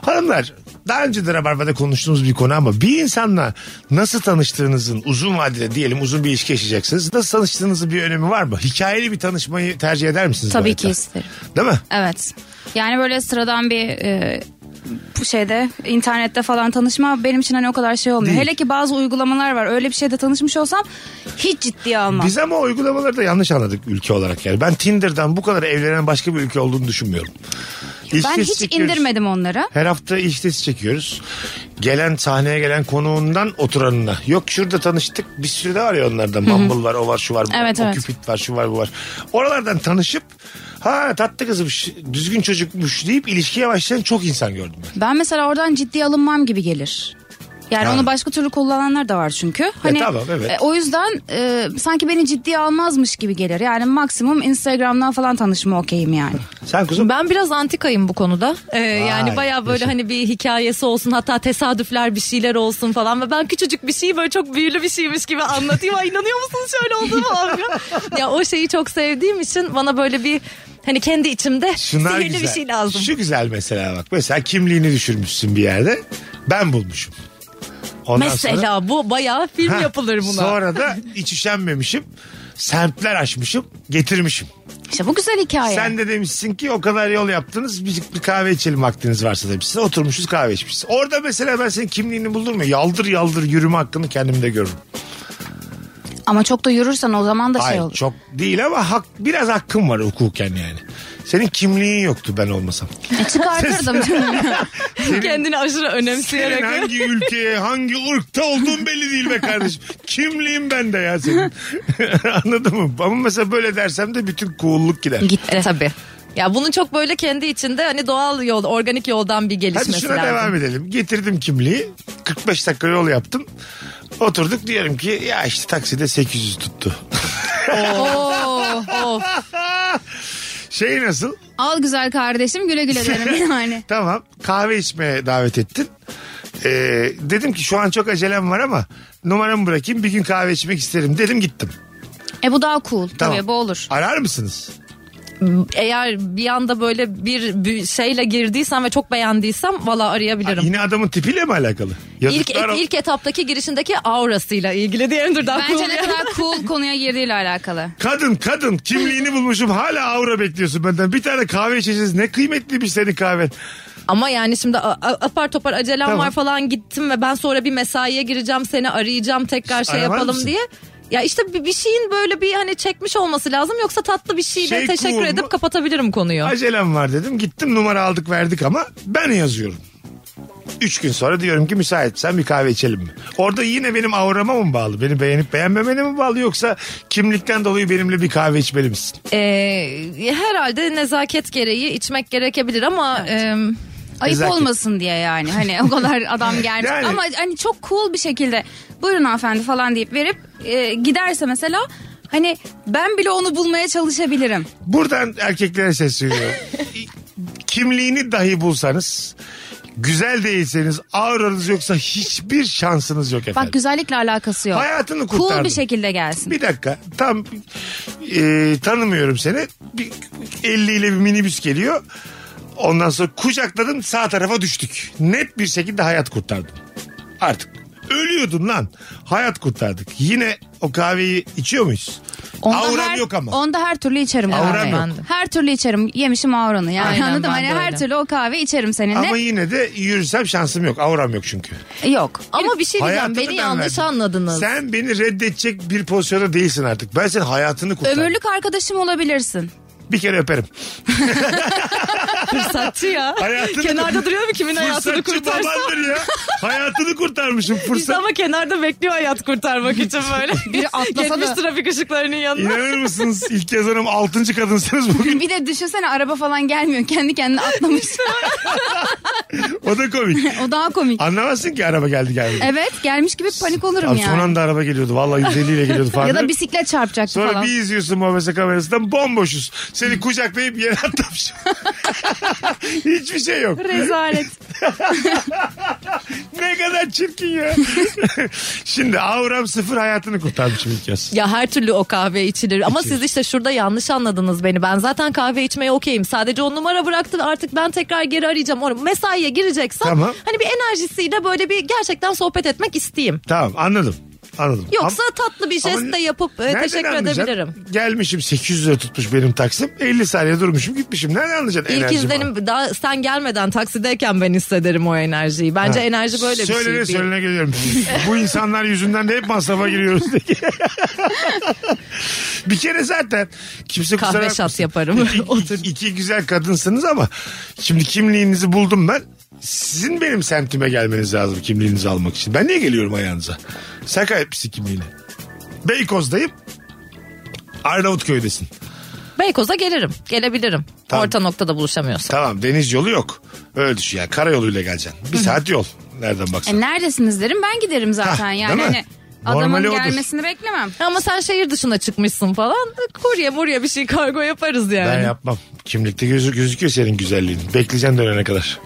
S1: Hanımlar daha önce de Rabarba'da konuştuğumuz bir konu ama bir insanla nasıl tanıştığınızın uzun vadede diyelim uzun bir ilişki yaşayacaksınız. Nasıl tanıştığınızın bir önemi var mı? Hikayeli bir tanışmayı tercih eder misiniz? bu
S2: Tabii
S1: hayatta?
S2: ki isterim.
S1: Değil mi?
S2: Evet. Yani böyle sıradan bir e, bu şeyde internette falan tanışma benim için hani o kadar şey olmuyor.
S1: Değil.
S2: Hele ki bazı uygulamalar var. Öyle bir şeyde tanışmış olsam hiç ciddiye almam.
S1: Biz ama uygulamaları da yanlış anladık ülke olarak yani. Ben Tinder'dan bu kadar evlenen başka bir ülke olduğunu düşünmüyorum.
S2: ben
S1: İlişkisi
S2: hiç
S1: çekiyoruz.
S2: indirmedim onları.
S1: Her hafta ilişkisi çekiyoruz. Gelen sahneye gelen konuğundan oturanına. Yok şurada tanıştık. Bir sürü de var ya onlardan. Bumble var, o var, şu var, bu var.
S2: Evet,
S1: o
S2: evet.
S1: Cupid var, şu var, bu var. Oralardan tanışıp ha tatlı kızmış, düzgün çocukmuş deyip ilişkiye başlayan çok insan gördüm ben.
S2: Ben mesela oradan ciddiye alınmam gibi gelir. Yani
S1: Ha.
S2: onu başka türlü kullananlar da var çünkü. Hani
S1: tamam, evet.
S2: o yüzden e, sanki beni ciddiye almazmış gibi gelir. Yani maksimum Instagram'dan falan tanışma okeyim yani.
S1: Sen kuzum
S3: Ben biraz antikayım bu konuda. Ee, yani baya böyle
S1: yaşa.
S3: hani bir hikayesi olsun hatta tesadüfler bir şeyler olsun falan ve ben küçücük bir şeyi böyle çok büyülü bir şeymiş gibi anlatayım. Ay inanıyor musunuz şöyle olduğunu falan. filan. ya o şeyi çok sevdiğim için bana böyle bir hani kendi içimde
S1: şunlar
S3: sihirli
S1: güzel.
S3: bir şey lazım.
S1: Şu güzel mesela bak. Mesela kimliğini düşürmüşsün bir yerde. Ben bulmuşum. Ondan sonra-
S3: Mesela bu bayağı film
S1: Ha,
S3: yapılır buna.
S1: Sonra da hiç üşenmemişim. Semtler açmışım. Getirmişim.
S2: İşte bu güzel hikaye.
S1: Sen de demişsin ki o kadar yol yaptınız bir, bir kahve içelim vaktiniz varsa demişsin. Oturmuşuz kahve içmişsin. Orada mesela ben senin kimliğini buldum mu? Yaldır yaldır yürüme hakkını kendimde görürüm.
S2: Ama çok da yürürsen o zaman da şey
S1: Hayır
S2: olur.
S1: çok değil ama hak, biraz hakkım var hukuken yani. Senin kimliğin yoktu ben olmasam.
S2: E, çıkartırdım canım.
S3: Kendini aşırı
S1: Senin
S3: önemseyerek.
S1: hangi ülkeye, hangi ırkta olduğun belli değil be kardeşim. Kimliğin bende ya senin. Anladın mı? Ama mesela böyle dersem de bütün cool'luk gider.
S3: Gitti. tabii. Ya bunun çok böyle kendi içinde hani doğal yol, organik yoldan bir gelişmesi
S1: Hadi şuna
S3: lazım.
S1: devam edelim. Getirdim kimliği. 45 dakika yol yaptım. Oturduk diyorum ki ya işte takside 800 tuttu.
S3: Oo, of.
S1: şey nasıl?
S2: Al güzel kardeşim güle güle derim yani.
S1: Tamam kahve içmeye davet ettin. Ee, dedim ki şu an çok acelem var ama numaramı bırakayım bir gün kahve içmek isterim dedim gittim.
S2: E bu daha cool.
S1: Tamam.
S2: Tabii bu olur.
S1: Arar mısınız?
S3: Eğer bir anda böyle bir bir şeyle girdiysem ve çok beğendiysem valla arayabilirim.
S1: Yine adamın tipiyle mi alakalı?
S3: İlk,
S1: Yazıklar ol-
S3: ilk etaptaki girişindeki aurasıyla ilgili diyelim daha
S2: Bence
S3: cool
S2: ne
S3: yani.
S2: kadar cool konuya girdiğiyle alakalı.
S1: Kadın kadın kimliğini bulmuşum hala aura bekliyorsun benden. Bir tane kahve içeceğiz ne kıymetliymiş senin kahven.
S3: Ama yani şimdi a- a- apar topar acelem
S1: Tamam.
S3: var falan gittim ve ben sonra bir mesaiye gireceğim seni arayacağım tekrar şey
S1: Aramaz
S3: yapalım
S1: mısın?
S3: diye. Ya işte bir, bir şeyin böyle bir hani çekmiş olması lazım yoksa tatlı bir şeyle
S1: Şey
S3: teşekkür
S1: cool mu?
S3: edip kapatabilirim konuyu.
S1: Acelem var dedim. Gittim numara aldık verdik ama ben yazıyorum. Üç gün sonra diyorum ki müsait sen bir kahve içelim mi? Orada yine benim aurama mı bağlı? Beni beğenip beğenmemene mi bağlı yoksa kimlikten dolayı benimle bir kahve içmeli misin?
S3: Ee, herhalde nezaket gereği içmek gerekebilir ama em,
S2: Ayıp
S1: Nezaket.
S2: olmasın diye yani. Hani o kadar adam gelmiş.
S1: Yani.
S2: Ama hani çok cool bir şekilde buyurun hanımefendi falan deyip verip e, giderse mesela hani ben bile onu bulmaya çalışabilirim.
S1: Buradan erkeklere sesleniyorum. Kimliğini dahi bulsanız güzel değilseniz auranız yoksa hiçbir şansınız yok efendim.
S2: Bak güzellikle alakası yok.
S1: Hayatını
S2: Cool
S1: kurtardın.
S2: bir şekilde gelsin.
S1: Bir dakika tam e, tanımıyorum seni. Bir, 50 ile bir minibüs geliyor. Ondan sonra kucakladım sağ tarafa düştük. Net bir şekilde hayat kurtardım. Artık ölüyordun lan. Hayat kurtardık. Yine o kahveyi içiyor muyuz? Auram
S2: her,
S1: yok ama.
S2: Onda her türlü içerim
S1: Auram
S2: kahveyi.
S3: yok.
S2: Her türlü içerim. Yemişim auranı yani.
S3: Aynen,
S2: Anladın mı?
S3: ben
S2: Hani
S3: de öyle.
S2: her türlü o kahve içerim seninle.
S1: Ama yine de yürüsem şansım yok. Auram yok çünkü.
S2: Yok.
S3: ama bir şey diyeceğim
S1: Hayatını
S3: beni
S1: ben
S3: yanlış
S1: verdim.
S3: anladınız.
S1: Sen beni reddedecek bir pozisyonda değilsin artık. Ben senin hayatını kurtardım.
S2: Ömürlük arkadaşım olabilirsin.
S1: Bir kere öperim.
S3: Fırsatçı ya.
S1: Hayatını-
S3: kenarda duruyor mu kimin hayatını
S1: Fırsatçı
S3: kurtarsa?
S1: babandır ya. hayatını kurtarmışım.
S3: İşte
S1: Fırsat.
S3: ama kenarda bekliyor hayat kurtarmak için böyle.
S2: Biri atlasa
S3: Gelmiş
S2: da-
S3: trafik ışıklarının yanına.
S1: İnanır mısınız? İlk yazarım 6. kadınsınız bugün.
S2: Bir de düşünsene araba falan gelmiyor. Kendi kendine atlamış.
S1: O da komik.
S2: o daha komik.
S1: Anlamazsın ki araba geldi geldi.
S2: Evet gelmiş gibi panik olurum
S1: Abi
S2: E, yani.
S1: son anda araba geliyordu. Vallahi 150 ile geliyordu falan.
S2: Ya da bisiklet çarpacaktı
S1: Sonra
S2: falan.
S1: bir izliyorsun muhafaza kamerasından bomboşuz. Seni kucaklayıp yere atlamışım. Hiçbir şey yok.
S2: Rezalet.
S1: Ne kadar çirkin ya. Şimdi Avram sıfır hayatını kurtarmışım ilk yaz.
S3: Ya her türlü o kahve içilir. Ama
S1: İçilir.
S3: siz işte şurada yanlış anladınız beni. Ben zaten kahve içmeye okeyim. Sadece on numara bıraktı artık ben tekrar geri arayacağım. Or- Mesaiye gireceksem
S1: Tamam.
S3: hani bir enerjisiyle böyle bir gerçekten sohbet etmek isteyeyim.
S1: Tamam anladım. Anladım.
S3: Yoksa
S1: Ama-
S3: tatlı bir
S1: ama
S3: jest de yapıp e,
S1: nereden
S3: teşekkür
S1: anlayacaksın?
S3: edebilirim.
S1: Gelmişim 800 lira tutmuş benim taksim. 50 saniye durmuşum gitmişim. Nereden anlayacaksın
S3: İlk
S1: enerjimi?
S3: izlenim daha sen gelmeden taksideyken ben hissederim o enerjiyi. Bence enerji böyle bir
S1: söylene,
S3: şey. Bir-
S1: Söylene geliyorum. Bu insanlar yüzünden de hep masrafa giriyoruz diye. bir kere zaten kimse kusura
S3: Kahve
S1: bakmasın.
S3: şat yaparım.
S1: İki, iki güzel kadınsınız ama şimdi kimliğinizi buldum ben. Sizin benim semtime gelmeniz lazım kimliğinizi almak için. Ben niye geliyorum ayağınıza? Saka hepsi kimliğine. Beykoz'dayım. Arnavutköy'desin.
S3: Beykoz'a gelirim. Gelebilirim.
S1: Tamam.
S3: Orta noktada buluşamıyorsun.
S1: Tamam deniz yolu yok. Öyle düşün yani karayoluyla geleceksin. Bir saat yol. Nereden baksan.
S2: E neredesiniz derim ben giderim zaten
S1: Hah,
S2: yani.
S1: değil mi?
S2: Hani adamın
S1: Normali odur.
S2: gelmesini beklemem. E,
S3: Ama sen şehir dışına çıkmışsın falan. Kurye murye bir şey kargo yaparız yani.
S1: Ben yapmam. Kimlikte gözü, gözüküyor senin güzelliğin. Bekleyeceksin dönene kadar.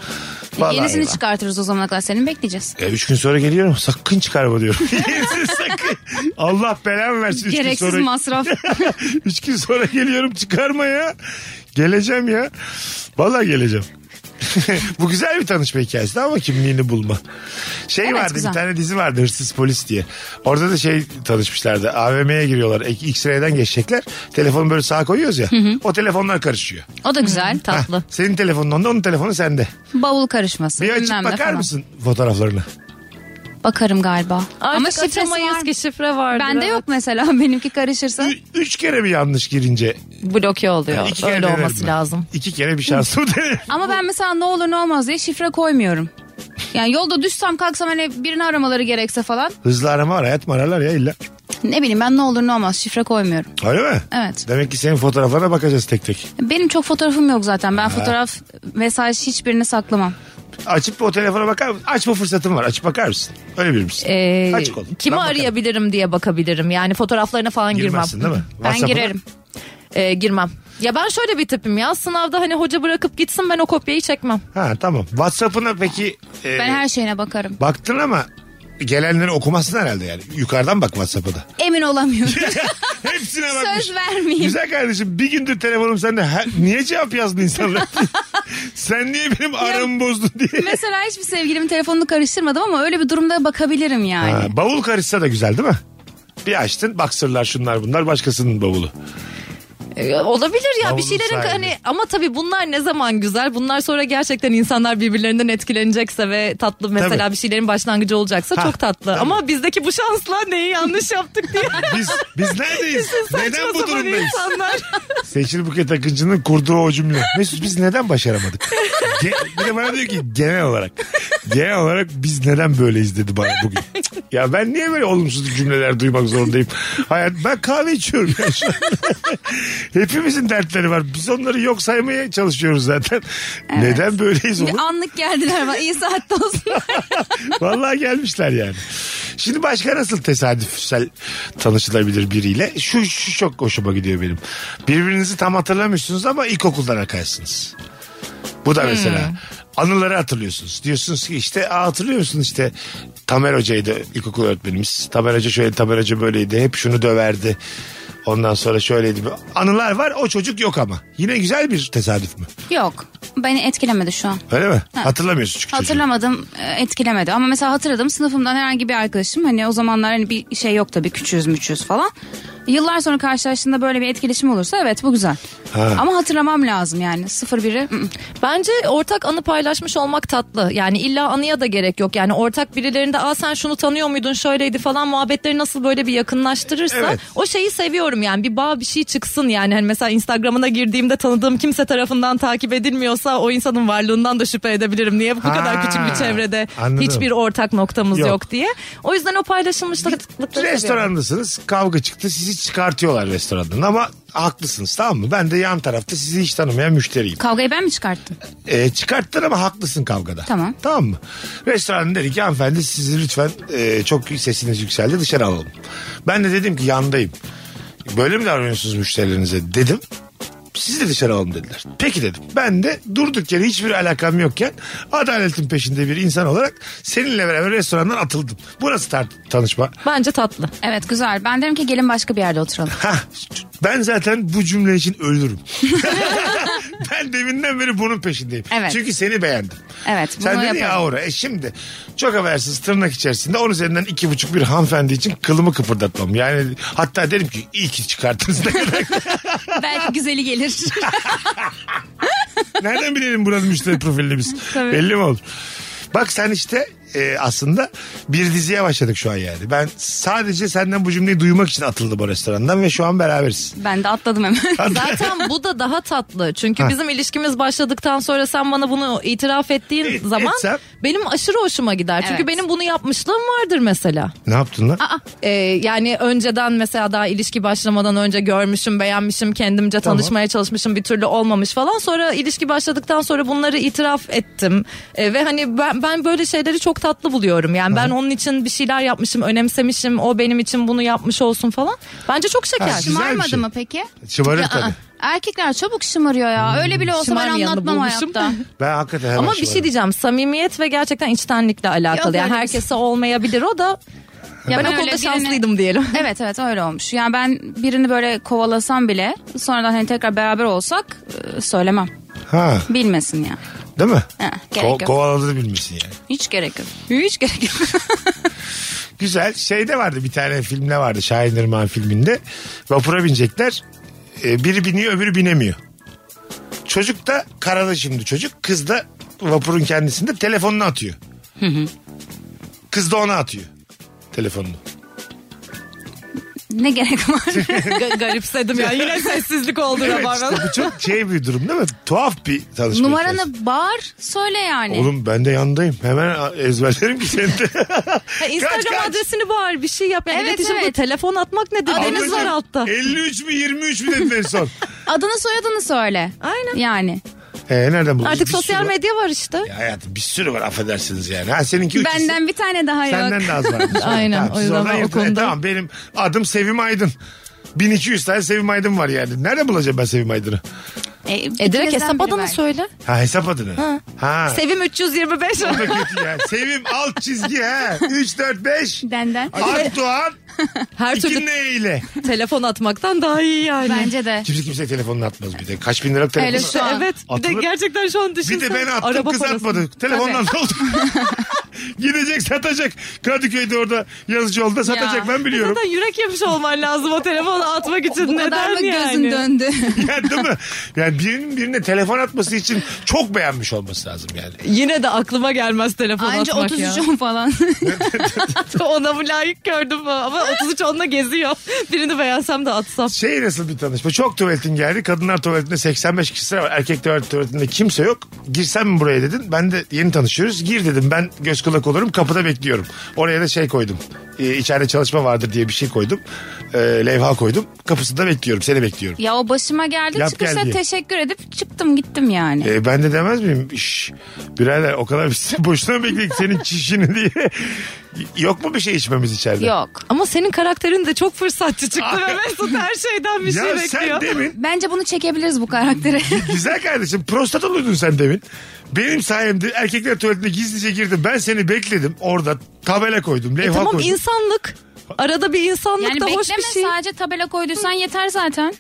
S1: Vallahi
S2: Yenisini
S1: eyvah.
S2: çıkartırız o zamana kadar senin bekleyeceğiz.
S1: E, üç gün sonra geliyorum. Sakın çıkarma diyorum. Yenisini sakın. Allah belamı versin. Üç gün
S2: Gereksiz
S1: sonra,
S2: masraf.
S1: üç gün sonra geliyorum çıkarma ya. Geleceğim ya. Vallahi geleceğim. Bu güzel bir tanışma hikayesi ama kimliğini bulma. Şey
S2: Evet,
S1: vardı
S2: güzel.
S1: bir tane dizi vardı hırsız polis diye. Orada da şey tanışmışlardı. AVM'ye giriyorlar. Ek- X-ray'den geçecekler. Telefonu böyle sağa koyuyoruz ya. O telefonlar karışıyor.
S2: O da güzel.
S1: Heh,
S3: Tatlı.
S1: senin telefonun onda onun telefonu sende.
S2: Bavul karışması.
S1: Bir açıp
S2: bilmem ne
S1: bakar
S2: falan.
S1: mısın fotoğraflarına?
S2: Bakarım galiba.
S3: Artık
S2: Ama şifresi
S3: açamayız
S2: var.
S3: ki şifre vardır.
S2: Bende
S3: evet.
S2: yok mesela benimki karışırsa.
S1: Ü- üç kere mi yanlış girince?
S3: Bloke oluyor.
S1: İki kere
S3: Öyle
S1: denerim
S3: olması
S1: ben.
S3: lazım.
S1: İki kere bir şansım denerim.
S2: Ama ben mesela ne olur ne olmaz diye şifre koymuyorum. Yani yolda düşsem kalksam hani birini aramaları gerekse falan.
S1: Hızlı arama var hayat mı ararlar ya illa.
S2: Ne bileyim ben ne olur ne olmaz şifre koymuyorum.
S1: Öyle mi?
S2: Evet.
S1: Demek ki senin fotoğraflarına bakacağız tek tek.
S2: Benim çok fotoğrafım yok zaten. Ben fotoğraf, mesaj hiçbirini saklamam.
S1: Açıp o telefona bakar mısın? Açma fırsatım var. Açıp bakar mısın? Öyle bilir misin?
S3: Ee,
S1: Açık ol.
S3: kimi
S1: Ben bakarım.
S3: arayabilirim diye bakabilirim. Yani fotoğraflarına falan
S1: Girmezsin
S3: girmem.
S1: değil mi?
S2: Ben
S1: WhatsApp'ına-
S2: girerim.
S3: Ee, girmem. Ya ben şöyle bir tipim ya. Sınavda hani hoca bırakıp gitsin ben o kopyayı çekmem.
S1: Ha tamam. Whatsapp'ına peki e,
S2: Ben her şeyine bakarım.
S1: baktın ama gelenleri okumazsın herhalde yani. Yukarıdan bak Whatsapp'a da.
S2: Emin olamıyorum.
S1: Hepsine bakmış.
S2: Söz vermeyeyim.
S1: Güzel kardeşim bir gündür telefonum sende. Ha- niye cevap yazdın insanlar? Sen niye benim aramı bozdun diye.
S2: Mesela hiçbir sevgilimin telefonunu karıştırmadım ama öyle bir durumda bakabilirim yani.
S1: Ha, bavul karışsa da güzel değil mi? Bir açtın baksırlar şunlar bunlar başkasının bavulu.
S3: Ee, olabilir ya
S1: Davulun
S3: bir şeylerin
S1: sahibi.
S3: hani ama tabii bunlar ne zaman güzel? Bunlar sonra gerçekten insanlar birbirlerinden etkilenecekse ve tatlı mesela
S1: Tabii.
S3: bir şeylerin başlangıcı olacaksa
S1: Ha,
S3: çok tatlı.
S1: tabii.
S3: Ama bizdeki bu şansla neyi yanlış yaptık diye.
S1: Biz biz neredeyiz? neden bu
S3: saçma sapan
S1: durumdayız?
S3: insanlar.
S1: Seçil Buket Akıncı'nın kurduğu o cümle. Mesut biz neden başaramadık? Ge- bir de bana diyor ki genel olarak. Genel olarak biz neden böyleyiz dedi bana bugün. Ya ben niye böyle olumsuz cümleler duymak zorundayım? Hayat ben kahve içiyorum ya şu an. Hepimizin dertleri var. Biz onları yok saymaya çalışıyoruz zaten. Neden böyleyiz oğlum?
S2: Bir anlık geldiler bana iyi saatte olsun.
S1: Vallahi gelmişler yani. Şimdi başka nasıl tesadüfsel tanışılabilir biriyle? Şu, şu çok hoşuma gidiyor benim. Birbirinizi tam hatırlamıyorsunuz ama ilkokuldan arkadaşsınız. Bu da mesela. Anıları hatırlıyorsunuz. Diyorsunuz ki işte "Aa, hatırlıyor musun işte Tamer Hoca'ydı ilkokul öğretmenimiz. Tamer Hoca şöyle Tamer Hoca böyleydi. Hep şunu döverdi. Ondan sonra şöyleydi. Anılar var o çocuk yok ama. Yine güzel bir tesadüf mü?
S2: Yok. Beni etkilemedi şu an.
S1: Öyle mi? Hatırlamıyorsun çünkü çocuğu.
S2: Hatırlamadım, e, etkilemedi. Ama mesela hatırladım sınıfımdan herhangi bir arkadaşım hani o zamanlar hani bir şey yok tabii küçüğüz müçüğüz falan. Yıllar sonra karşılaştığında böyle bir etkileşim olursa evet bu güzel.
S1: Ha.
S2: Ama hatırlamam lazım yani. Sıfır biri. ı-ı.
S3: Bence ortak anı paylaşmış olmak tatlı. Yani illa anıya da gerek yok. Yani ortak birilerinde aa sen şunu tanıyor muydun şöyleydi falan muhabbetleri nasıl böyle bir yakınlaştırırsa
S1: Evet.
S3: o şeyi seviyorum yani bir bağ bir şey çıksın yani. Hani mesela Instagram'ına girdiğimde tanıdığım kimse tarafından takip edilmiyorsa o insanın varlığından da şüphe edebilirim. Niye bu
S1: Ha,
S3: kadar küçük bir çevrede
S1: anladım.
S3: hiçbir ortak noktamız
S1: Yok.
S3: yok, diye. O yüzden o paylaşılmışlıkları seviyorum.
S1: Restorandasınız kavga çıktı sizi çıkartıyorlar restorandan ama haklısınız tamam mı? Ben de yan tarafta sizi hiç tanımayan müşteriyim.
S2: Kavgayı ben mi çıkarttım?
S1: Ee, çıkarttın ama haklısın kavgada.
S2: Tamam.
S1: Tamam mı? Restoran dedi ki hanımefendi sizi lütfen e, çok sesiniz yükseldi dışarı alalım. Ben de dedim ki yandayım. Böyle mi davranıyorsunuz müşterilerinize dedim. Siz de dışarı alalım dediler. Peki dedim. Ben de durduk yere hiçbir alakam yokken adaletin peşinde bir insan olarak seninle beraber restorandan atıldım. Bu nasıl tar- tanışma?
S3: Bence tatlı.
S2: Evet güzel. Ben derim ki gelin başka bir yerde oturalım.
S1: Hah, ben zaten bu cümle için ölürüm. ben deminden beri bunun peşindeyim.
S2: Evet.
S1: Çünkü seni beğendim.
S2: Evet,
S1: Sen
S2: bunu
S1: dedin ya
S2: yaparım.
S1: aura. E şimdi çok habersiz tırnak içerisinde onun üzerinden iki buçuk bir hanımefendi için kılımı kıpırdatmam. Yani hatta derim ki iyi ki çıkarttınız. Ne kadar-
S2: Belki güzeli gelir.
S1: Nereden bilelim buranın müşteri profilini biz?
S2: Tabii.
S1: Belli mi olur? Bak sen işte e, aslında bir diziye başladık şu an yani. Ben sadece senden bu cümleyi duymak için atıldım o restorandan ve şu an beraberiz.
S2: ben de atladım hemen.
S3: Zaten bu da daha tatlı. Çünkü bizim ilişkimiz başladıktan sonra sen bana bunu itiraf ettiğin
S1: Et-
S3: zaman
S1: E, etsem?
S3: benim aşırı hoşuma gider. Çünkü
S2: Evet.
S3: benim bunu yapmışlığım vardır mesela.
S1: Ne yaptın lan?
S3: Ee, yani önceden mesela daha ilişki başlamadan önce görmüşüm, beğenmişim, kendimce tanışmaya çalışmışım bir türlü olmamış falan. Sonra ilişki başladıktan sonra bunları itiraf ettim. Ee, ve hani ben, ben böyle şeyleri çok tatlı buluyorum. Yani ben onun için bir şeyler yapmışım, önemsemişim. O benim için bunu yapmış olsun falan. Bence çok şeker.
S1: Ha, güzel bir
S2: Şımarmadı
S1: şey.
S2: mı peki? ı-ı.
S1: Şımarır tabii.
S2: Erkekler çabuk şımarıyor ya. Öyle bile olsa ben
S3: Şımarmayanı
S2: anlatmam
S3: bulmuşum.
S2: hayatta.
S1: Ben hakikaten hemen
S3: Ama bir
S1: şımarırım.
S3: şey diyeceğim. Samimiyet ve gerçekten içtenlikle alakalı.
S2: Yok,
S3: yani
S2: öyle
S3: herkese olmayabilir o da.
S2: Ya
S3: ben, o
S2: öyle
S3: konuda
S2: birini-
S3: şanslıydım diyelim.
S2: Evet evet öyle olmuş. Yani ben birini böyle kovalasam bile sonradan hani tekrar beraber olsak e, söylemem.
S1: Ha,
S2: Bilmesin ya.
S1: değil mi?
S2: Ha, gerek
S1: Ko-
S2: yok.
S1: kovaladığını bilmişsin yani.
S2: Hiç gerek yok. Hiç gerek yok.
S1: Güzel. Şeyde vardı bir tane filmde vardı. Şahin Irmak'ın filminde. Vapura binecekler. Ee, Biri biniyor öbürü binemiyor. Çocuk da karada şimdi çocuk. Kız da vapurun kendisinde telefonunu atıyor. Kız da ona atıyor telefonunu.
S2: ne gerek var?
S3: Ga- Garipsedim ya. Yine sessizlik oldu
S1: Evet
S3: Rabarba'da.
S1: işte bu çok şey bir durum değil mi? Tuhaf bir tanışma. hikayesi.
S2: Numaranı bağır söyle yani.
S1: Oğlum ben de yandayım. Hemen ezberlerim ki seni de.
S3: Ha, Instagram
S1: Kaç, kaç?
S3: adresini bağır bir şey yap. Yani
S2: Evet,
S3: iletişim
S2: evet.
S3: bu. telefon atmak nedir? Adınız var
S1: Ablacığım, e-
S3: altta.
S1: 53 mi 23 mi dedin en son?
S2: Adını soyadını söyle.
S3: Aynen.
S2: Yani.
S1: Ee, nereden bulacağız?
S3: Artık
S1: Bir
S3: sosyal
S1: sürü-
S3: medya var işte.
S1: Hayatım bir sürü var affedersiniz yani. Ha seninki üç isim.
S2: Benden bir tane daha yok.
S1: Senden de az var.
S3: şey Aynen,
S1: Tamam,
S3: o
S1: siz
S3: yüzden
S1: oradan
S3: ben o
S1: yırtın. E,
S3: konuda-
S1: tamam benim adım Sevim Aydın. 1200 tane Sevim Aydın var yani. Nerede bulacağım ben Sevim Aydın'ı?
S2: E,
S3: E
S2: ikinizden
S3: direkt hesap
S2: biri
S3: adını
S2: belki.
S3: söyle.
S1: Ha hesap adını. Ha.
S3: Sevim 325.
S1: O da kötü ya. Sevim alt çizgi ha. 3 4 5.
S2: Denden.
S1: Art Doğan
S3: Her
S1: iki
S3: türlü
S1: ne ile.
S3: telefon atmaktan daha iyi yani.
S2: Bence de.
S1: Kimse kimse telefonunu atmaz bir de. Kaç bin liralık
S2: Öyle
S1: telefon.
S2: şu an.
S3: Evet. Bir de
S1: Atılır.
S3: gerçekten şu an
S1: Bir
S3: düşünsene.
S1: de ben attım
S3: Araba
S1: kız
S3: parası.
S1: atmadı. Telefondan ne oldu? Gidecek satacak. Kadıköy'de orada yazıcı yolda satacak
S2: Ya.
S1: ben biliyorum.
S3: Zaten yürek yemiş olman lazım o telefonu atmak için.
S2: Bu
S3: Neden
S2: kadar mı
S3: yani?
S2: gözün döndü?
S1: yani değil mi? Yani birinin birine telefon atması için çok beğenmiş olması lazım yani.
S3: Yine de aklıma gelmez telefon
S2: Anca
S3: atmak
S2: 33
S3: ya.
S2: on falan.
S3: Ona bu layık gördüm ama 33 onunla geziyor. Birini beğensem de atsam.
S1: Şey nasıl bir tanışma? Çok tuvaletin geldi. Kadınlar tuvaletinde 85 kişi sıra var. Erkek tuvalet- tuvaletinde kimse yok. Girsem mi buraya dedin. Ben de yeni tanışıyoruz. Gir dedim. Ben göz kulak olurum. Kapıda bekliyorum. Oraya da şey koydum. Ee, içeride çalışma vardır diye bir şey koydum. Ee, levha koydum. Kapısında bekliyorum. Seni bekliyorum.
S2: ya o başıma geldi
S1: Yap
S2: çıkışta
S1: geldi.
S2: teşekkür edip çıktım gittim yani.
S1: Ee, ben de demez miyim? Şş, birader o kadar biz boşuna mı bekledik senin çişini diye. Yok mu bir şey içmemiz içeride?
S2: Yok.
S3: Ama senin karakterin de çok fırsatçı çıktı
S1: Ay.
S3: ve Mesut her şeyden bir
S1: Ya
S3: şey
S1: sen
S3: bekliyor.
S1: demin
S2: Bence bunu çekebiliriz bu karaktere.
S1: Güzel kardeşim prostat oluyordun sen demin. Benim sayemde erkekler tuvaletine gizlice girdim. Ben seni bekledim orada tabela koydum. Levha
S3: E tamam
S1: koydum.
S3: insanlık. Arada bir insanlık
S2: yani
S3: da
S2: bekleme
S3: hoş bir şey.
S2: sadece tabela koyduysan yeter zaten.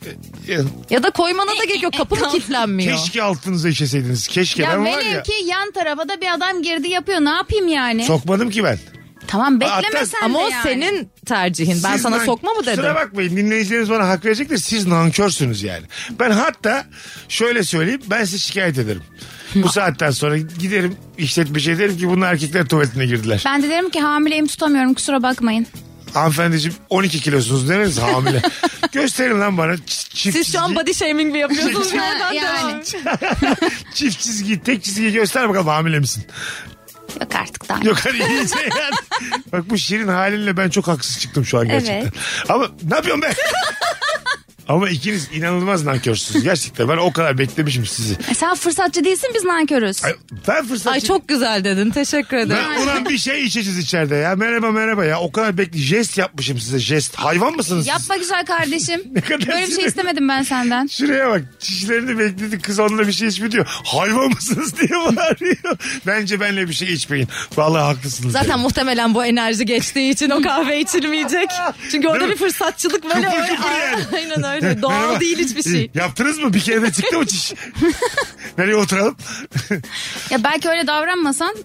S1: Ya,
S3: Ya da koymana da gerek yok. Kapın kilitlenmiyor.
S1: E, Keşke altınıza işeseydiniz. Keşke
S2: Ya
S1: ben var
S2: velev
S1: ya.
S2: ki yan tarafa da bir adam girdi yapıyor ne yapayım yani?
S1: Sokmadım ki ben.
S2: Tamam
S1: Hatta-
S2: bekleme sen
S3: Ama
S2: de
S3: o
S2: yani.
S3: senin tercihin. Ben
S1: Siz
S3: sana
S1: nan-
S3: sokma mı dedim?
S1: Kusura bakmayın dinleyicileriniz bana hak verecektir. Siz nankörsünüz yani. Ben hatta şöyle söyleyeyim ben size şikayet ederim. Bu saatten sonra giderim işletmeciye derim ki bunlar erkekler tuvaletine girdiler.
S2: Ben de derim ki hamileyim tutamıyorum kusura bakmayın.
S1: Hanımefendiciğim 12 kilosunuz demeniz hamile. Gösterin lan bana. Ç- çift
S3: Siz şu an
S1: çizgi-
S3: body shaming mi yapıyorsunuz?
S2: Ha,
S3: Nereden
S2: yani.
S3: devam?
S1: Çift çizgi, tek çizgi göster bakalım hamile misin?
S2: Yok artık daha.
S1: Yok hani iyice yani. Bak bu şirin halinle ben çok haksız çıktım şu an gerçekten.
S2: Evet.
S1: Ama ne yapıyorsun be? Ama ikiniz inanılmaz nankörsünüz gerçekten. Ben o kadar beklemişim sizi.
S2: E sen fırsatçı değilsin biz nankörüz.
S1: Ay, ben fırsat
S3: Ay çok güzel dedin. Teşekkür ederim.
S1: Ben ulan bir şey içeceğiz içeride ya. Merhaba merhaba ya. O kadar bekle. Jest yapmışım size jest. Hayvan mısınız siz?
S2: Yapma güzel kardeşim.
S1: kadar
S2: Böyle bir şey
S1: sinir-
S2: istemedim ben senden.
S1: Şuraya bak çişlerini bekledi kız onunla bir şey içmiyor diyor. Hayvan mısınız diye bağırıyor. Bence benle bir şey içmeyin. Vallahi haklısınız.
S3: Zaten
S1: yani.
S3: muhtemelen bu enerji geçtiği için o kahve içilmeyecek. Çünkü orada
S1: Değil mi?
S3: bir fırsatçılık böyle.
S1: Kıpır
S3: öyle-
S1: kıpır yani.
S3: Aynen öyle. yani doğal değil hiçbir şey.
S1: Yaptınız mı? Bir kere de çıktı mı çiş? Nereye oturalım?
S2: Ya belki öyle davranmasan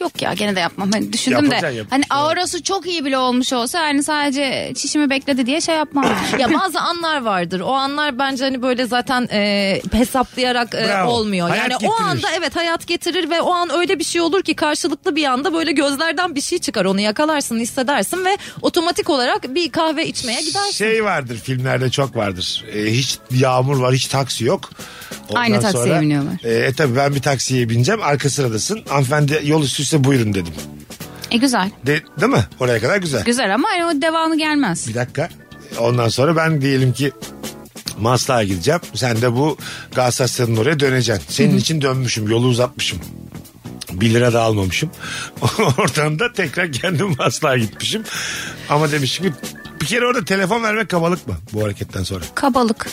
S2: yok ya gene de yapmam. Hani düşündüm de.
S1: Yapacaksın,
S2: Hani
S1: yapacaksın.
S2: aurası çok iyi bile olmuş olsa yani sadece çişimi bekledi diye şey yapmam. yani.
S3: Ya bazı anlar vardır. O anlar bence hani böyle zaten e, hesaplayarak e,
S1: Bravo.
S3: olmuyor.
S1: Hayat
S3: yani o
S1: getirir.
S3: anda evet hayat getirir ve o an öyle bir şey olur ki karşılıklı bir anda böyle gözlerden bir şey çıkar. Onu yakalarsın, hissedersin ve otomatik olarak bir kahve içmeye gidersin.
S1: Şey vardır filmlerde çok vardır. Ee, hiç yağmur var hiç taksi yok.
S2: Aynı taksiye biniyorlar.
S1: E, e tabii ben bir taksiye bineceğim arka sıradasın. Hanımefendi yol üstüse buyurun dedim.
S2: E güzel.
S1: De, değil mi? Oraya kadar güzel.
S2: Güzel ama hani o devamı gelmez.
S1: Bir dakika. Ondan sonra ben diyelim ki Maslak'a gideceğim. Sen de bu Galatasaray'ın oraya döneceksin. Senin için dönmüşüm. Yolu uzatmışım. 1 lira da almamışım. Oradan da tekrar kendim Maslak'a gitmişim. Ama demişim ki bir kere orada telefon vermek kabalık mı bu hareketten sonra?
S2: Kabalık.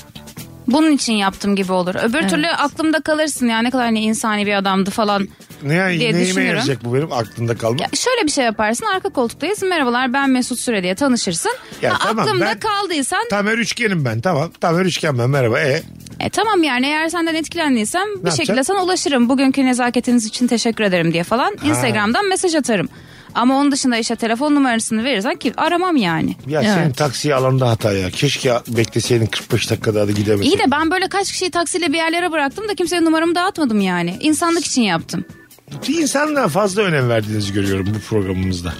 S2: Bunun için yaptım gibi olur. Öbür
S3: Evet.
S2: türlü aklımda kalırsın ya ne kadar hani insani bir adamdı falan.
S1: Ne,
S2: Diye
S1: neyime
S2: düşünüyorum.
S1: yarayacak bu benim aklımda
S2: Ya
S1: kalmak?
S2: şöyle bir şey yaparsın arka koltuktayız merhabalar ben Mesut Süre diye tanışırsın.
S1: Ya
S2: Ha,
S1: tamam,
S2: aklımda
S1: ben-
S2: kaldıysan
S1: Tamer üçgenim ben tamam. Tamer üçgen ben merhaba. E,
S2: E tamam yani eğer senden etkilendiysem bir
S1: yapacak?
S2: şekilde sana ulaşırım. Bugünkü nezaketiniz için teşekkür ederim diye falan Instagram'dan mesaj atarım. Ama onun dışında işte telefon numarasını verirsen ki aramam yani.
S1: ya
S3: Evet.
S1: senin taksiye alanda hata ya. Keşke bekleseydin 45 dakikada da gidemeseydin.
S2: İyi de ben böyle kaç kişiyi taksiyle bir yerlere bıraktım da kimseye numaramı dağıtmadım yani. İnsanlık için yaptım.
S1: İnsanlığa fazla önem verdiğinizi görüyorum bu programımızda.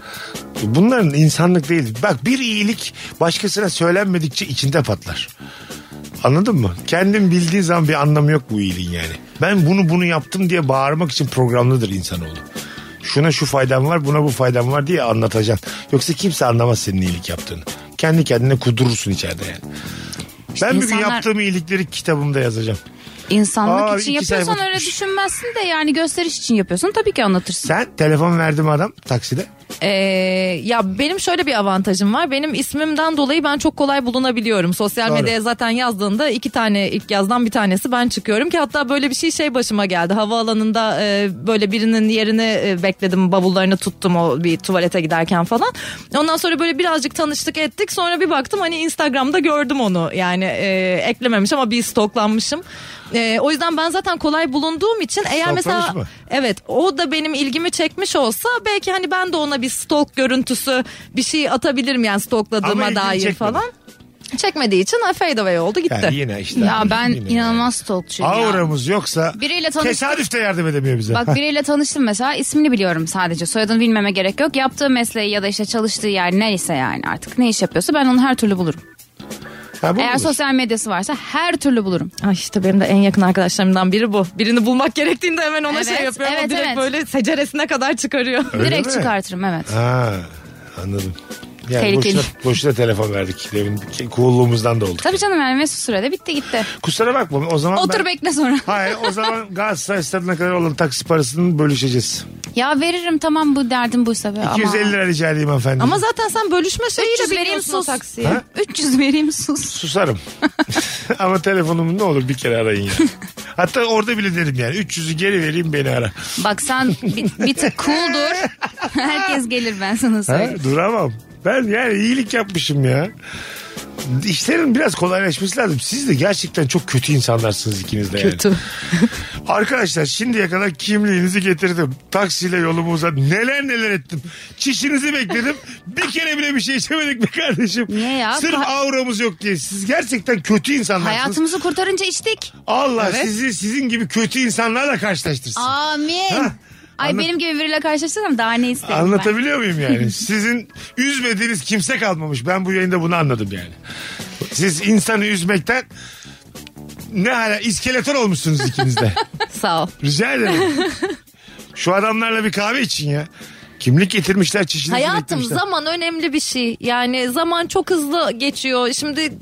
S1: Bunların insanlık değil. Bak bir iyilik başkasına söylenmedikçe içinde patlar. Anladın mı? Kendin bildiği zaman bir anlamı yok bu iyiliğin yani. Ben bunu bunu yaptım diye bağırmak için programlıdır insanoğlu. Şuna şu faydam var buna bu faydam var diye anlatacaksın. Yoksa kimse anlamaz senin iyilik yaptığını. Kendi kendine kudurursun içeride yani. ben bir gün
S2: insanlar-
S1: yaptığım iyilikleri kitabımda yazacağım.
S2: İnsanlık
S1: Aa,
S2: için
S1: iki sayfa
S2: yapıyorsan öyle
S1: tutmuş.
S2: düşünmezsin de yani gösteriş için yapıyorsun tabii ki anlatırsın.
S1: Sen telefon verdim adam takside.
S3: Ee, ya benim şöyle bir avantajım var. Benim ismimden dolayı ben çok kolay bulunabiliyorum. Sosyal
S1: Doğru.
S3: medyaya zaten yazdığında iki tane ilk yazdan bir tanesi ben çıkıyorum ki hatta böyle bir şey şey başıma geldi. Havaalanında e, böyle birinin yerini e, bekledim, bavullarını tuttum o bir tuvalete giderken falan. Ondan sonra böyle birazcık tanıştık ettik. Sonra bir baktım hani Instagram'da gördüm onu. Yani e, eklememiş ama bir stoklanmışım. E, o yüzden ben zaten kolay bulunduğum için eğer mesela
S1: Stoklamış mı?
S3: Evet o da benim ilgimi çekmiş olsa belki hani ben de ona bir stalk görüntüsü bir şey atabilirim yani
S1: Ama
S3: stalkladığıma
S1: ilgini
S3: dair
S1: çekmedi.
S3: falan. Çekmediği için ha, fade away oldu gitti.
S1: Yani yine işte.
S2: Ya ben
S1: Yine.
S2: inanılmaz stalkçuyum ya.
S1: Auramız yoksa
S2: Biriyle tanıştık.
S1: tesadüf de yardım edemiyor bize.
S2: Bak biriyle tanıştım mesela ismini biliyorum sadece soyadını bilmeme gerek yok. Yaptığı mesleği ya da işte çalıştığı yer neyse yani artık ne iş yapıyorsa ben onu her türlü bulurum.
S1: Ha, bu
S2: Eğer
S1: mudur?
S2: sosyal medyası varsa her türlü bulurum.
S3: Ay Ah, işte benim de en yakın arkadaşlarımdan biri bu. Birini bulmak gerektiğinde hemen ona
S2: Evet,
S3: şey yapıyorum. O
S2: evet,
S3: direkt
S2: evet.
S3: böyle seceresine kadar çıkarıyor.
S1: Öyle
S2: Direkt
S1: mi?
S2: çıkartırım evet.
S1: Ha, anladım. Yani
S2: Tehlikeli.
S1: boşuna, boşuna telefon verdik. Demin coolluğumuzdan da olduk.
S2: Tabii canım yani Mesut Sürede bitti gitti.
S1: Kusura bakma o zaman
S2: Otur
S1: ben...
S2: bekle sonra.
S1: Hayır o zaman Galatasaray stadına kadar olan taksi parasını bölüşeceğiz.
S2: Ya veririm tamam bu derdim buysa be. ama-
S1: 250 lira rica edeyim efendim.
S3: Ama zaten sen bölüşme şeyiyle
S2: 300 vereyim
S3: biliyorsun o
S2: sus.
S3: taksiye.
S2: 300 vereyim sus.
S1: Susarım. Ama telefonumu ne olur bir kere arayın ya. Hatta orada bile dedim yani 300'ü geri vereyim beni ara.
S2: Bak sen bir, bir tık cool dur. Herkes gelir ben sana
S1: Ha,
S2: söyleyeyim.
S1: duramam. Ben yani iyilik yapmışım ya. İşlerin biraz kolaylaşması lazım. Siz de gerçekten çok kötü insanlarsınız ikiniz de yani.
S3: Kötü.
S1: Arkadaşlar şimdiye kadar kimliğinizi getirdim. Taksiyle yolumu uzadım. Neler neler ettim. Çişinizi bekledim. bir kere bile bir şey içemedik mi kardeşim?
S2: Niye ya?
S1: Sırf
S2: Ka-
S1: auramız yok diye. Siz gerçekten kötü insanlarsınız.
S2: Hayatımızı kurtarınca içtik.
S1: Allah
S3: Evet.
S1: sizi sizin gibi kötü insanlarla karşılaştırsın.
S2: Amin.
S1: Hah.
S2: Ay
S1: Anlat-
S2: benim gibi biriyle karşılaşırsam daha ne isterim ben.
S1: Anlatabiliyor muyum yani? Sizin üzmediğiniz kimse kalmamış. Ben bu yayında bunu anladım yani. Siz insanı üzmekten ne hala iskeleton olmuşsunuz ikiniz de.
S3: Sağ ol.
S1: Rica ederim. Şu adamlarla bir kahve için ya. Kimlik getirmişler çişinizi
S3: Hayatım
S1: beklemişler.
S3: zaman önemli bir şey. Yani zaman çok hızlı geçiyor. Şimdi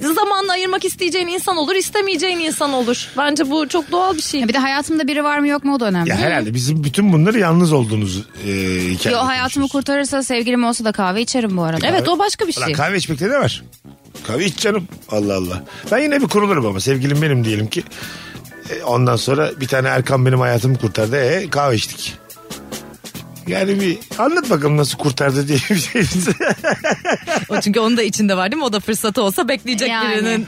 S3: zamanla ayırmak isteyeceğin insan olur, istemeyeceğin insan olur. Bence bu çok doğal bir şey.
S2: Ya bir de hayatımda biri var mı yok mu o da önemli.
S1: Ya herhalde bizim bütün bunları yalnız olduğunuz e, hikaye.
S2: Yo hayatımı kurtarırsa sevgilim olsa da kahve içerim bu arada.
S3: Evet o başka bir
S1: Lan
S3: şey.
S1: kahve içmekte ne var? Kahve iç canım. Allah Allah. Ben yine bir kurulurum ama sevgilim benim diyelim ki. E, ondan sonra bir tane Erkan benim hayatımı kurtardı. E, kahve içtik. Yani bir anlat bakalım nasıl kurtardı diye bir şey.
S3: O çünkü onun da içinde var değil mi? O da fırsatı olsa bekleyecek
S2: Yani.
S3: birinin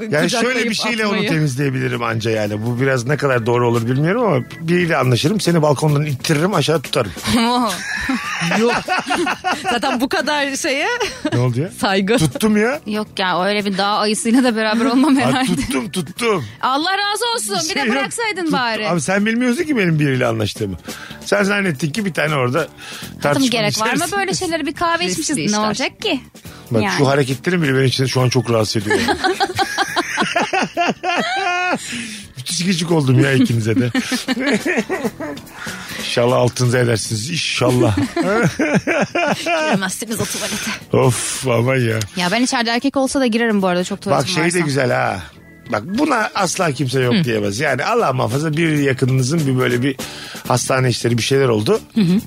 S1: Yani şöyle
S3: kucaklayıp
S1: bir şeyle onu
S3: atmayı.
S1: temizleyebilirim anca yani. Bu biraz ne kadar doğru olur bilmiyorum ama biriyle anlaşırım. Seni balkondan ittiririm aşağı tutarım.
S3: Yok. Zaten bu kadar şeye
S1: ne oldu ya?
S3: saygı.
S1: tuttum ya.
S2: Yok ya öyle bir dağ ayısıyla da beraber olmam
S1: Aa,
S2: herhalde.
S1: tuttum tuttum.
S2: Allah razı olsun. Bir
S1: Şey
S2: de
S1: yok.
S2: bıraksaydın
S1: Tuttum.
S2: bari.
S1: Abi sen bilmiyorsun ki benim biriyle anlaştığımı. Sen zannettin ki bir tane orada
S2: Tadım
S1: tartışma
S2: gerek var mı
S1: içerisinde-
S2: böyle şeylere bir kahve
S3: Riskli
S2: içmişiz. Ne
S3: işler.
S2: olacak ki?
S1: Bak
S2: yani.
S1: şu hareketlerin bile beni içinde şu an çok rahatsız ediyor. Müthiş gıcık oldum ya ikinize de. İnşallah altınıza edersiniz. İnşallah.
S3: Giremezsiniz o tuvalete.
S1: of aman ya.
S2: Ya ben içeride erkek olsa da girerim bu arada çok tuvaletim
S1: Bak şey
S2: varsa.
S1: de güzel ha. Bak buna asla kimse yok diyemez. Yani Allah muhafaza bir yakınınızın bir böyle bir hastane işleri bir şeyler oldu.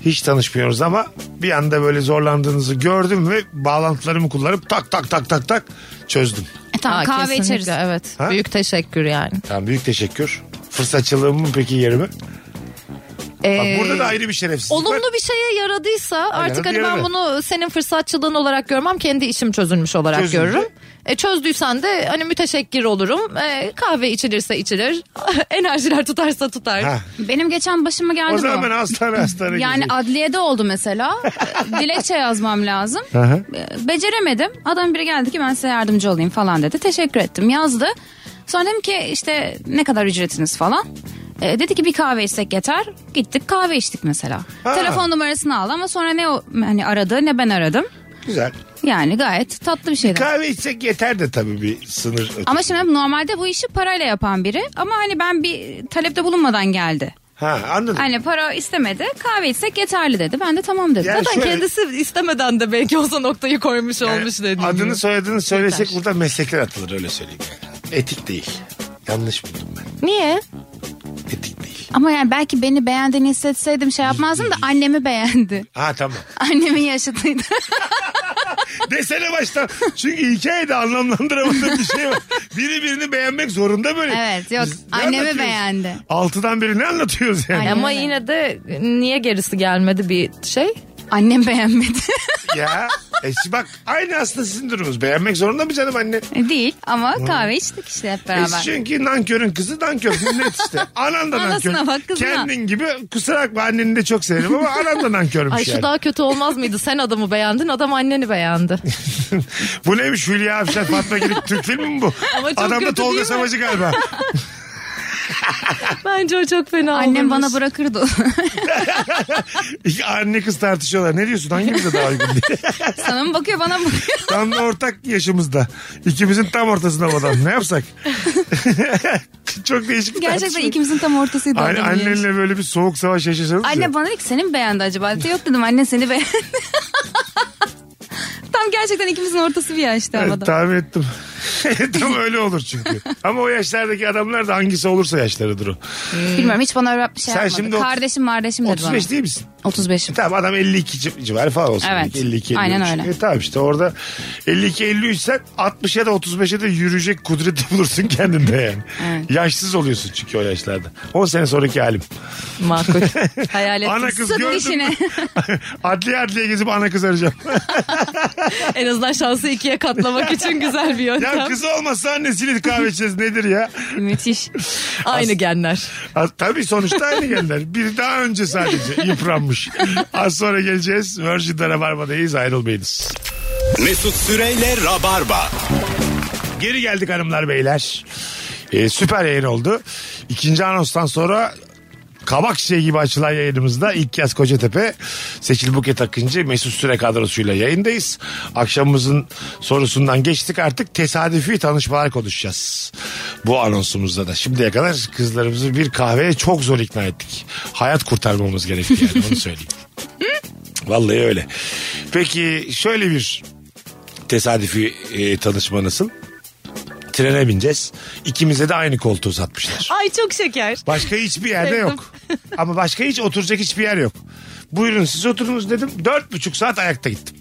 S1: Hiç tanışmıyoruz ama bir anda böyle zorlandığınızı gördüm ve bağlantılarımı kullanıp tak tak tak tak tak çözdüm.
S2: E, tamam
S3: Aa,
S2: kahve
S3: kesinlikle,
S2: içeriz.
S3: Evet.
S1: Ha?
S3: Büyük teşekkür yani.
S1: Tamam büyük teşekkür. Fırsatçılığımın peki yerimi? Bak
S3: Ee,
S1: burada da ayrı bir şerefsizlik var.
S3: Olumlu bir şey şeye yaradıysa artık hani
S1: yaradı.
S3: ben bunu senin fırsatçılığın olarak görmem kendi işim çözülmüş olarak
S1: Çözüldü.
S3: görürüm. E, çözdüysen de hani müteşekkir olurum. E, kahve içilirse içilir. Enerjiler tutarsa tutar.
S1: Ha,
S2: Benim geçen başıma geldi
S1: o
S2: bu.
S1: zaman ben hastane hastane
S2: Yani
S1: geziyorum.
S2: adliyede oldu mesela. Ee, Dilekçe yazmam lazım.
S1: hı.
S2: Ee, Beceremedim. Adam biri geldi ki ben size yardımcı olayım falan dedi. Teşekkür ettim. Yazdı. Sonra dedim ki işte ne kadar ücretiniz falan. Ee, dedi ki bir kahve içsek yeter. Gittik kahve içtik mesela.
S1: Ha.
S2: Telefon numarasını aldı ama sonra ne o hani aradı ne ben aradım.
S1: Güzel.
S2: Yani gayet tatlı bir şeydi.
S1: Kahve içsek yeter de tabii bir sınır. ötesi.
S2: Ama şimdi normalde bu işi parayla yapan biri ama hani ben bir talepte bulunmadan geldi.
S1: Ha anladım.
S2: Hani para istemedi kahve içsek yeterli dedi. Ben de tamam dedim.
S1: Yani
S3: Zaten
S1: şöyle-
S3: kendisi istemeden de belki olsa noktayı koymuş
S1: Yani
S3: olmuş dediğim
S1: Adını
S3: gibi.
S1: soyadını söylesek
S3: Yeter.
S1: burada meslekler atılır öyle söyleyeyim yani. Etik değil. Yanlış buldum ben.
S3: Niye?
S1: Etik değil.
S2: Ama yani belki beni beğendiğini hissetseydim şey yapmazdım da annemi beğendi.
S1: Ha tamam.
S2: Annemin yaşıtıydı.
S1: Desene baştan. Çünkü hikayede anlamlandıramadığım bir şey var. Biri birini beğenmek zorunda böyle.
S2: Evet, yok.
S1: Biz ne
S2: Annemi
S1: anlatıyoruz?
S2: beğendi.
S1: Altıdan beri ne anlatıyoruz yani?
S2: Aynen.
S3: Ama
S2: öyle.
S3: yine de niye gerisi gelmedi bir şey?
S2: Annem beğenmedi.
S1: ya. E, şimdi bak aynı aslında sizin durumunuz. Beğenmek zorunda mı canım anne?
S2: E, Değil ama kahve içtik işte hep
S1: E,
S2: beraber.
S1: çünkü nankörün kızı nankör. Net işte. Anan da nankör.
S2: Anasına bak, kızına.
S1: Kendin gibi kusura bakma anneni de çok severim ama anan da nankörmüş
S3: Ay şu
S1: yani.
S3: daha kötü olmaz mıydı? Sen adamı beğendin, adam anneni beğendi.
S1: bu neymiş Hülya Avşar Fatma Girik Türk filmi mi bu?
S3: Ama çok
S1: Adam da
S3: kötü
S1: Tolga
S3: değil mi?
S1: Savacı galiba.
S3: Bence o çok fena
S2: Annem
S3: olurmuş.
S2: bana bırakırdı.
S1: İki Anne kız tartışıyorlar. Ne diyorsun hangimize daha uygun diye.
S2: Sana mı bakıyor bana mı bakıyor?
S1: Tam da ortak yaşımızda. İkimizin tam ortasında bu adam. Ne yapsak? Çok değişik bir
S2: Gerçekten
S1: tartışma.
S2: ikimizin tam ortasıydı.
S1: Anne,
S2: adamın yaşı.
S1: annenle böyle bir soğuk savaş yaşasanız ya.
S2: Anne bana dedi ki seni mi beğendi acaba? Dedi, Yok dedim anne seni beğendi. Tam gerçekten ikimizin ortası bir yaşta
S1: Evet,
S2: adam.
S1: tahmin ettim. tam öyle olur çünkü. Ama o yaşlardaki adamlar da hangisi olursa yaşlarıdır o.
S2: Bilmiyorum hiç bana öyle bir şey
S1: Sen
S2: yapmadı.
S1: şimdi ot-
S2: kardeşim kardeşim dedi
S1: 35 değil misin?
S2: bana. 35'im.
S1: Tamam adam 52 civ- civarı falan olsun.
S2: Evet.
S1: 52, 53.
S2: Aynen öyle.
S1: E, tamam işte orada 52-53 sen 60'a da 35'e de yürüyecek kudreti bulursun kendinde yani.
S2: Evet.
S1: Yaşsız oluyorsun çünkü o yaşlarda. 10 sene sonraki halim.
S3: Makul. Hayal
S2: E,
S3: ettim.
S1: Ana kız
S2: sık
S1: gördün mü? adliye adliye gezip ana kız arayacağım.
S3: En azından şansı ikiye katlamak için güzel bir yöntem.
S1: ya kız olmasa annesiyle kahve içeceğiz nedir ya?
S2: Müthiş.
S3: Aynı genler.
S1: Az- Tabii sonuçta aynı geldiler. Biri daha önce sadece yıpranmış. Az sonra geleceğiz. Virgin'de Rabarba'dayız ayrılmayınız.
S4: Mesut Süreyle Rabarba.
S1: Geri geldik hanımlar beyler. Ee, süper yayın oldu. İkinci anonstan sonra kabak çiçeği gibi açılan yayınımızda ilk kez Kocatepe Seçil Buket Akıncı Mesut Süre kadrosuyla yayındayız. Akşamımızın sorusundan geçtik artık tesadüfi tanışmalar konuşacağız. Bu anonsumuzda da şimdiye kadar kızlarımızı bir kahveye çok zor ikna ettik. Hayat kurtarmamız gerekti yani onu söyleyeyim. Vallahi öyle. Peki şöyle bir tesadüfi e, tanışma nasıl? Trene bineceğiz. İkimize de aynı koltuğu satmışlar.
S3: Ay çok şeker.
S1: Başka hiçbir yerde
S3: Sevdim.
S1: yok. Ama başka hiç oturacak hiçbir yer yok. Buyurun siz oturunuz dedim. Dört buçuk saat ayakta gittim.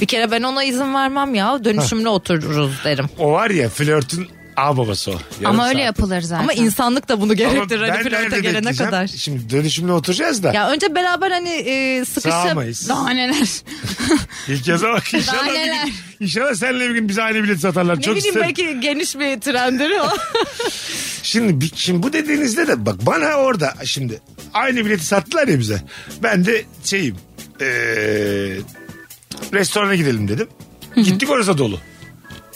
S3: Bir kere ben ona izin vermem ya. Dönüşümlü otururuz derim.
S1: O var ya flörtün Ağ babası o. Yarım
S2: Ama öyle
S1: saat.
S2: yapılır zaten.
S3: Ama insanlık da bunu
S1: Ama
S3: gerektirir.
S1: ben
S3: Hani flörte
S1: nerede
S3: gelene
S1: bekleyeceğim?
S3: kadar.
S1: Şimdi dönüşümle oturacağız da.
S3: Ya önce beraber hani e, sıkışıp
S1: Sağamayız.
S2: Daha neler.
S1: İlk kez bak inşallah, bir
S2: neler.
S1: gün, inşallah seninle bir gün bize aile bileti satarlar.
S3: ne
S1: Çok
S3: bileyim
S1: isterim.
S3: belki geniş bir trendir o.
S1: Şimdi, bi- şimdi bu dediğinizde de bak bana orada şimdi aynı bileti sattılar ya bize. Ben de şeyim ee, restorana gidelim dedim. Gittik orası da dolu.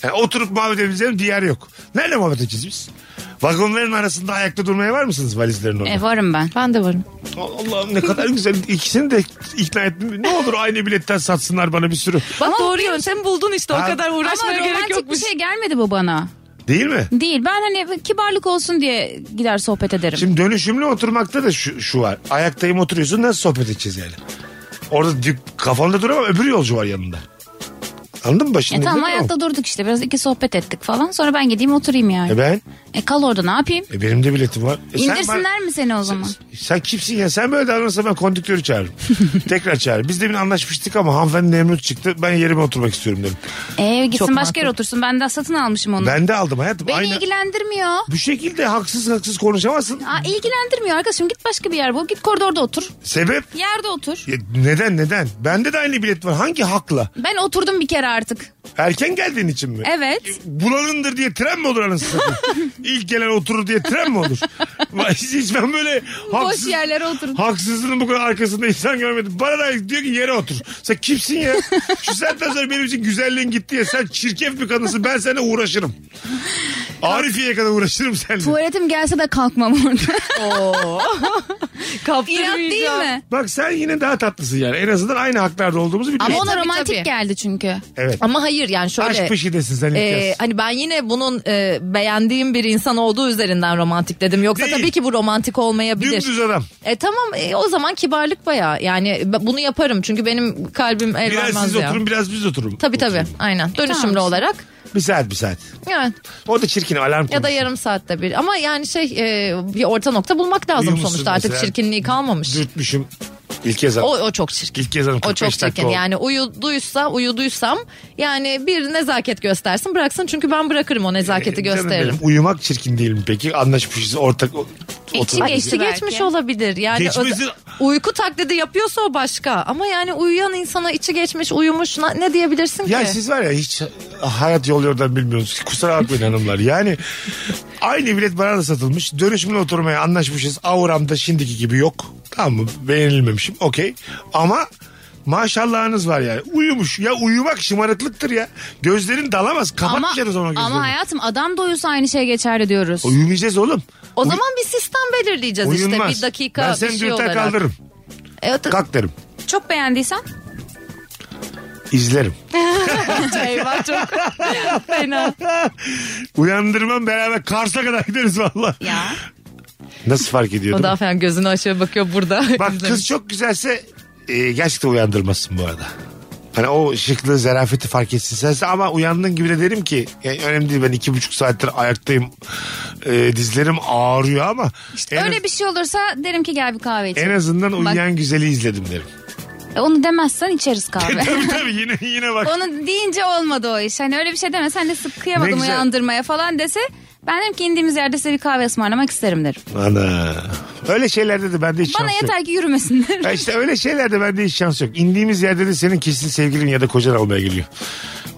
S1: Yani oturup muhabbet edebileceğim bir yer yok. Nerede muhabbet edeceğiz biz? Vagonların arasında ayakta durmaya var mısınız valizlerin orada?
S2: e varım ben.
S3: ben de varım.
S1: Allah'ım ne kadar güzel. İkisini de ikna ettim. Ne olur aynı biletten satsınlar bana bir sürü.
S3: Bak doğru yöntem buldun işte
S1: Ha.
S3: o kadar
S2: Ama
S3: uğraşmaya gerek
S2: romantik bir
S3: yokmuş.
S2: şey gelmedi bu bana.
S1: Değil mi?
S2: Değil. Ben hani kibarlık olsun diye gider sohbet ederim.
S1: Şimdi dönüşümlü oturmakta da şu, şu var. Ayaktayım oturuyorsun nasıl sohbet edeceğiz yani? Orada dük, kafanda dur ama öbür yolcu var yanında. Anladın mı
S2: e
S1: başında?
S2: tamam
S1: dinlemiyor
S2: ayakta
S1: mu?
S2: durduk işte biraz iki sohbet ettik falan. Sonra ben gideyim oturayım yani.
S1: E ben?
S2: E kal orada ne yapayım?
S1: E benim de biletim var. E sen
S2: İndirsinler
S1: bana-
S2: mi seni o zaman?
S1: Sen kimsin ya? Sen böyle davranırsan ben kondüktörü çağırırım. Tekrar çağırırım. Biz demin anlaşmıştık ama hanımefendi Nemrut çıktı. Ben yerime oturmak istiyorum dedim.
S2: E gitsin
S3: Çok
S2: başka
S3: makul.
S2: yere otursun. Ben daha satın almışım onu.
S1: Ben de aldım hayatım.
S2: Beni
S1: Aynı...
S2: ilgilendirmiyor.
S1: Bu şekilde haksız haksız konuşamazsın.
S2: Aa, ilgilendirmiyor arkadaşım git başka bir yer bul. Git koridorda otur.
S1: Sebep?
S2: Yerde otur.
S1: Ya neden neden? Bende de aynı bilet var. Hangi hakla?
S2: Ben oturdum bir kere artık.
S1: Erken geldiğin için mi?
S2: Evet.
S1: bulanındır diye tren mi olur anasını satayım? İlk gelen oturur diye tren mi olur? Vay, Hiç ben böyle haksız,
S2: yerlere oturun.
S1: haksızlığının bu kadar arkasında insan görmedim. Bana da diyor ki yere otur. Sen kimsin ya? Şu saatten sonra benim için güzelliğin gitti ya. Sen çirkef bir kadınsın ben seninle uğraşırım. Arifiye'ye kadar uğraşırım seninle.
S2: Tuvaletim gelse de kalkmam orada. İnat
S3: Kaptırmayacağım.
S2: değil mi?
S1: Bak sen yine daha tatlısın yani. En azından aynı haklarda olduğumuzu biliyorsun.
S2: Ama ona
S3: tabii,
S2: romantik
S3: tabii.
S2: geldi çünkü.
S1: Evet.
S3: Ama hayır yani şöyle.
S1: Aşk peşindesin sen ilk
S3: Ee,
S1: yaz.
S3: hani ben yine bunun e, beğendiğim bir insan olduğu üzerinden romantik dedim. Yoksa
S1: Değil.
S3: tabii ki bu romantik olmayabilir.
S1: Dümdüz adam.
S3: E tamam e, o zaman kibarlık bayağı. Yani b- bunu yaparım çünkü benim kalbim el
S1: Biraz
S3: vermez
S1: siz
S3: ya.
S1: oturun biraz biz oturun.
S3: Tabii tabii
S1: Oturun.
S3: aynen dönüşümlü
S2: tamam.
S3: olarak.
S1: Bir saat bir saat.
S3: Evet.
S1: O da çirkin alarm
S3: Ya da
S1: konuşuyor.
S3: yarım saatte bir. Ama yani şey e, bir orta nokta bulmak
S1: Biliyor
S3: lazım
S1: musun
S3: sonuçta artık
S1: mesela?
S3: çirkinliği kalmamış.
S1: Dürtmüşüm. İlk kez
S3: O, o çok çirkin.
S1: İlk kez hanım
S3: O
S1: 45
S3: çok
S1: dakika
S3: çirkin.
S1: oldu.
S3: Yani uyuduysa uyuduysam yani bir nezaket göstersin bıraksın çünkü ben bırakırım o nezaketi
S1: E, Canım
S3: gösteririm.
S1: benim, uyumak çirkin değil mi peki? Anlaşmışız ortak o-
S3: İçi
S1: oturup.
S3: geçti
S2: belki.
S3: geçmiş olabilir. Yani
S1: Geçmesi-
S3: o- uyku taklidi yapıyorsa o başka. Ama yani uyuyan insana içi geçmiş, uyumuş na- ne diyebilirsin
S1: Ya
S3: ki?
S1: siz var ya hiç hayat yol yordan bilmiyorsunuz. Kusura bakmayın hanımlar. Yani aynı bilet bana da satılmış. Dönüşümle oturmaya anlaşmışız. Auramda şimdiki gibi yok. Tamam mı? Beğenilmemişim. Okey. Ama maşallahınız var yani. Uyumuş. Ya uyumak şımarıklıktır ya. Gözlerin dalamaz.
S2: Ama,
S1: Kapatmayacaksın o zaman gözlerini.
S2: ama hayatım adam da uyusa aynı şey geçerli diyoruz.
S1: Uyumayacağız oğlum.
S3: O zaman bir sistem belirleyeceğiz
S1: Uyunmaz.
S3: işte bir dakika
S1: ben
S3: bir
S1: seni
S3: şey
S1: dürter
S3: olarak.
S1: kaldırırım.
S3: Evet,
S1: Kalk derim.
S2: Çok beğendiysen
S1: İzlerim.
S3: eyvah çok fena.
S1: Uyandırmam beraber Kars'a kadar gideriz valla.
S2: ya.
S1: Nasıl fark ediyor?
S3: O
S1: değil
S3: daha
S1: mi?
S3: fena gözünü aşağı bakıyor burada.
S1: Bak kız çok güzelse e, gerçekten uyandırmazsın bu arada. Hani o şıklığı, zarafeti fark etsin sensin ama uyandığın gibi de derim ki yani önemli değil ben iki buçuk saattir ayaktayım e, dizlerim ağrıyor ama en,
S2: Öyle bir şey olursa derim ki gel bir kahve içelim.
S1: en azından uyuyan güzeli izledim derim. E,
S2: E, onu demezsen içeriz kahve.
S1: tabii tabii yine yine bak.
S2: onu deyince olmadı o iş. Hani öyle bir şey demesen sen de
S1: Ne
S2: sıkıyamadım
S1: güzel.
S2: uyandırmaya falan dese ben derim ki indiğimiz yerde size bir kahve ısmarlamak isterim derim.
S1: Ana. Öyle şeylerde de bende hiç
S2: Bana
S1: şans yok.
S2: yeter ki yürümesinler.
S1: Ya işte öyle şeylerde bende hiç şans yok. İndiğimiz yerde de senin kesin sevgilin ya da kocan almaya geliyor.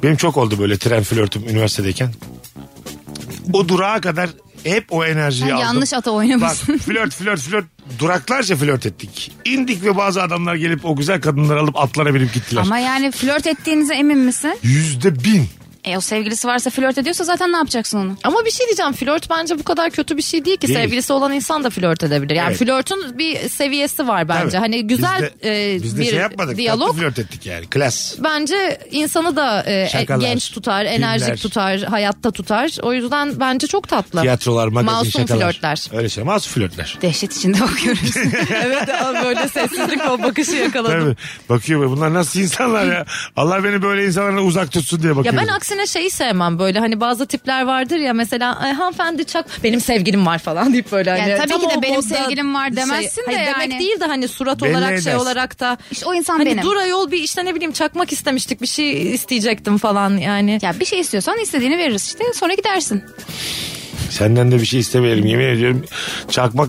S1: Benim çok oldu böyle tren flörtüm üniversitedeyken. O durağa kadar hep o enerjiyi
S2: Ha,
S1: şey aldım.
S2: yanlış ata
S1: Bak
S2: oynamışsın.
S1: flört flört flört duraklarca flört ettik. İndik ve bazı adamlar gelip o güzel kadınları alıp atlara binip gittiler.
S2: Ama yani flört ettiğinize emin misin?
S1: Yüzde bin.
S2: E o sevgilisi varsa flört ediyorsa zaten ne yapacaksın onu?
S3: Ama bir şey diyeceğim flört bence bu kadar kötü bir şey değil ki
S1: Değil.
S3: sevgilisi olan insan da flört edebilir. Yani
S1: Evet.
S3: flörtün bir seviyesi var bence.
S1: Tabii.
S3: Hani güzel
S1: biz de,
S3: e,
S1: biz de
S3: bir
S1: şey yapmadık.
S3: diyalog
S1: Tatlı flört ettik yani. Klas.
S3: bence insanı da e, e,
S1: Şakalar,
S3: genç tutar,
S1: güller.
S3: enerjik tutar, hayatta tutar. O yüzden bence çok tatlı.
S1: Tiyatrolar, magazin
S3: Masum
S1: şakalar.
S3: flörtler.
S1: Öyle şey. Masum flörtler.
S2: Dehşet içinde bakıyoruz.
S3: evet ama böyle sessizlik o bakışı yakaladım.
S1: Tabii. Bakıyor böyle, bunlar nasıl insanlar ya. Allah beni böyle insanlarla uzak tutsun diye
S3: Ya
S1: bakıyorum.
S3: ben aksine Aksine şeyi sevmem böyle hani bazı tipler vardır ya mesela "Ay, hanımefendi çak benim sevgilim var falan deyip böyle hani.
S2: Yani tabii
S3: tam
S2: ki de
S3: o
S2: benim
S3: modda
S2: sevgilim var
S3: şey-
S2: demezsin de
S3: Hayır,
S2: yani.
S3: Demek değil de hani surat
S1: Belli
S3: olarak şey
S1: edersin.
S3: olarak da.
S2: İşte o insan
S3: hani
S2: benim.
S3: dur ayol bir işte ne bileyim çakmak istemiştik bir şey isteyecektim falan yani.
S2: Ya bir şey istiyorsan istediğini veririz işte sonra gidersin.
S1: Senden de bir şey istemeyelim yemin ediyorum. Çakmak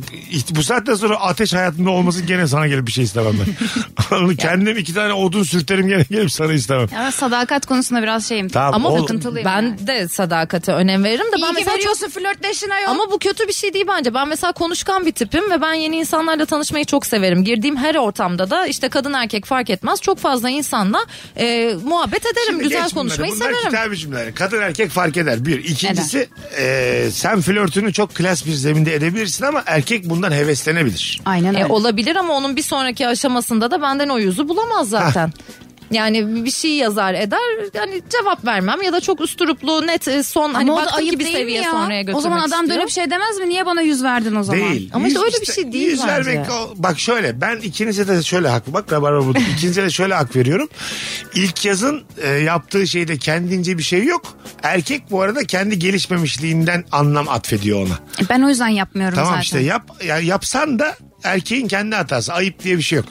S1: bu saatten sonra ateş hayatımda olmasın gene sana gelip bir şey istemem ben. Kendim iki tane odun sürterim gene gelip sana istemem.
S2: Ya ben sadakat konusunda biraz şeyim.
S1: Tamam,
S3: Ama
S1: oğlum.
S2: takıntılıyım
S3: ben
S2: yani.
S3: de sadakate önem veririm de ben
S2: İyi ki
S3: mesela çok
S2: veriyorsun flörtleşin ayol.
S3: Ama bu kötü bir şey değil bence. Ben mesela konuşkan bir tipim ve ben yeni insanlarla tanışmayı çok severim. Girdiğim her ortamda da işte kadın erkek fark etmez. Çok fazla insanla e, muhabbet ederim.
S1: Şimdi
S3: Güzel
S1: geç bunları.
S3: konuşmayı
S1: Bunlar
S3: severim.
S1: kitabi cümleler. Kadın erkek fark eder. Bir. İkincisi e, sen flörtünü çok klas bir zeminde edebilirsin ama erkek bundan heveslenebilir.
S2: Aynen öyle.
S3: E, olabilir ama onun bir sonraki aşamasında da benden o yüzü bulamaz zaten. Yani bir şey yazar eder yani cevap vermem ya da çok üsturuplu net e, son hani
S2: Ama o da
S3: baktım ki
S2: ayıp
S3: bir
S2: değil mi
S3: seviye
S2: ya?
S3: sonraya götürmek
S2: O zaman adam
S3: istiyor.
S2: dönüp şey demez mi? Niye bana yüz verdin o zaman?
S1: Değil.
S3: Ama işte öyle bir şey değil
S1: yüz
S3: bence.
S1: vermek o- bak şöyle ben ikinize de şöyle hak bak rabarba buldum. İkinize de şöyle hak veriyorum. İlk yazın e, yaptığı şeyde kendince bir şey yok. Erkek bu arada kendi gelişmemişliğinden anlam atfediyor ona.
S2: E, Ben o yüzden yapmıyorum
S1: Tamam
S2: zaten.
S1: işte yap ya yapsan da erkeğin kendi hatası. Ayıp diye bir şey yok.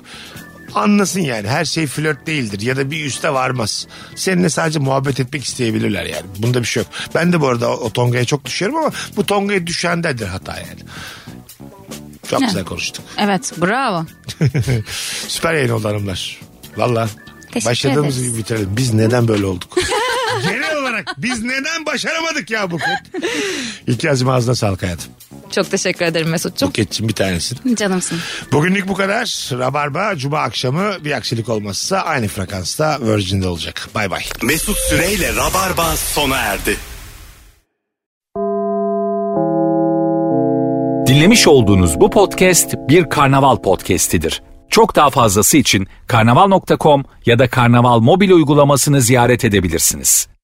S1: Anlasın yani her şey flört değildir ya da bir üste varmaz. Seninle sadece muhabbet etmek isteyebilirler yani. Bunda bir şey yok. Ben de bu arada o, o tongaya çok düşüyorum ama bu tongaya düşendedir hata yani. Çok
S2: Ne?
S1: güzel konuştuk.
S2: Evet bravo.
S1: Süper yayın oldu hanımlar. Valla.
S2: Teşekkür
S1: Başladığımız
S2: ederiz.
S1: gibi bitirelim. Biz neden böyle olduk? Genel olarak biz neden başaramadık ya bu kod? İlk yazım ağzına sağlık hayatım.
S3: Çok teşekkür ederim Mesut'cum.
S1: Buketçim bir tanesin.
S2: Canımsın.
S1: Bugünlük bu kadar. Rabarba Cuma akşamı bir aksilik olmazsa aynı frekansta Virgin'de olacak. Bay bay.
S4: Mesut Süreyle Rabarba sona erdi.
S5: Dinlemiş olduğunuz bu podcast bir karnaval podcastidir. Çok daha fazlası için karnaval.com ya da karnaval mobil uygulamasını ziyaret edebilirsiniz.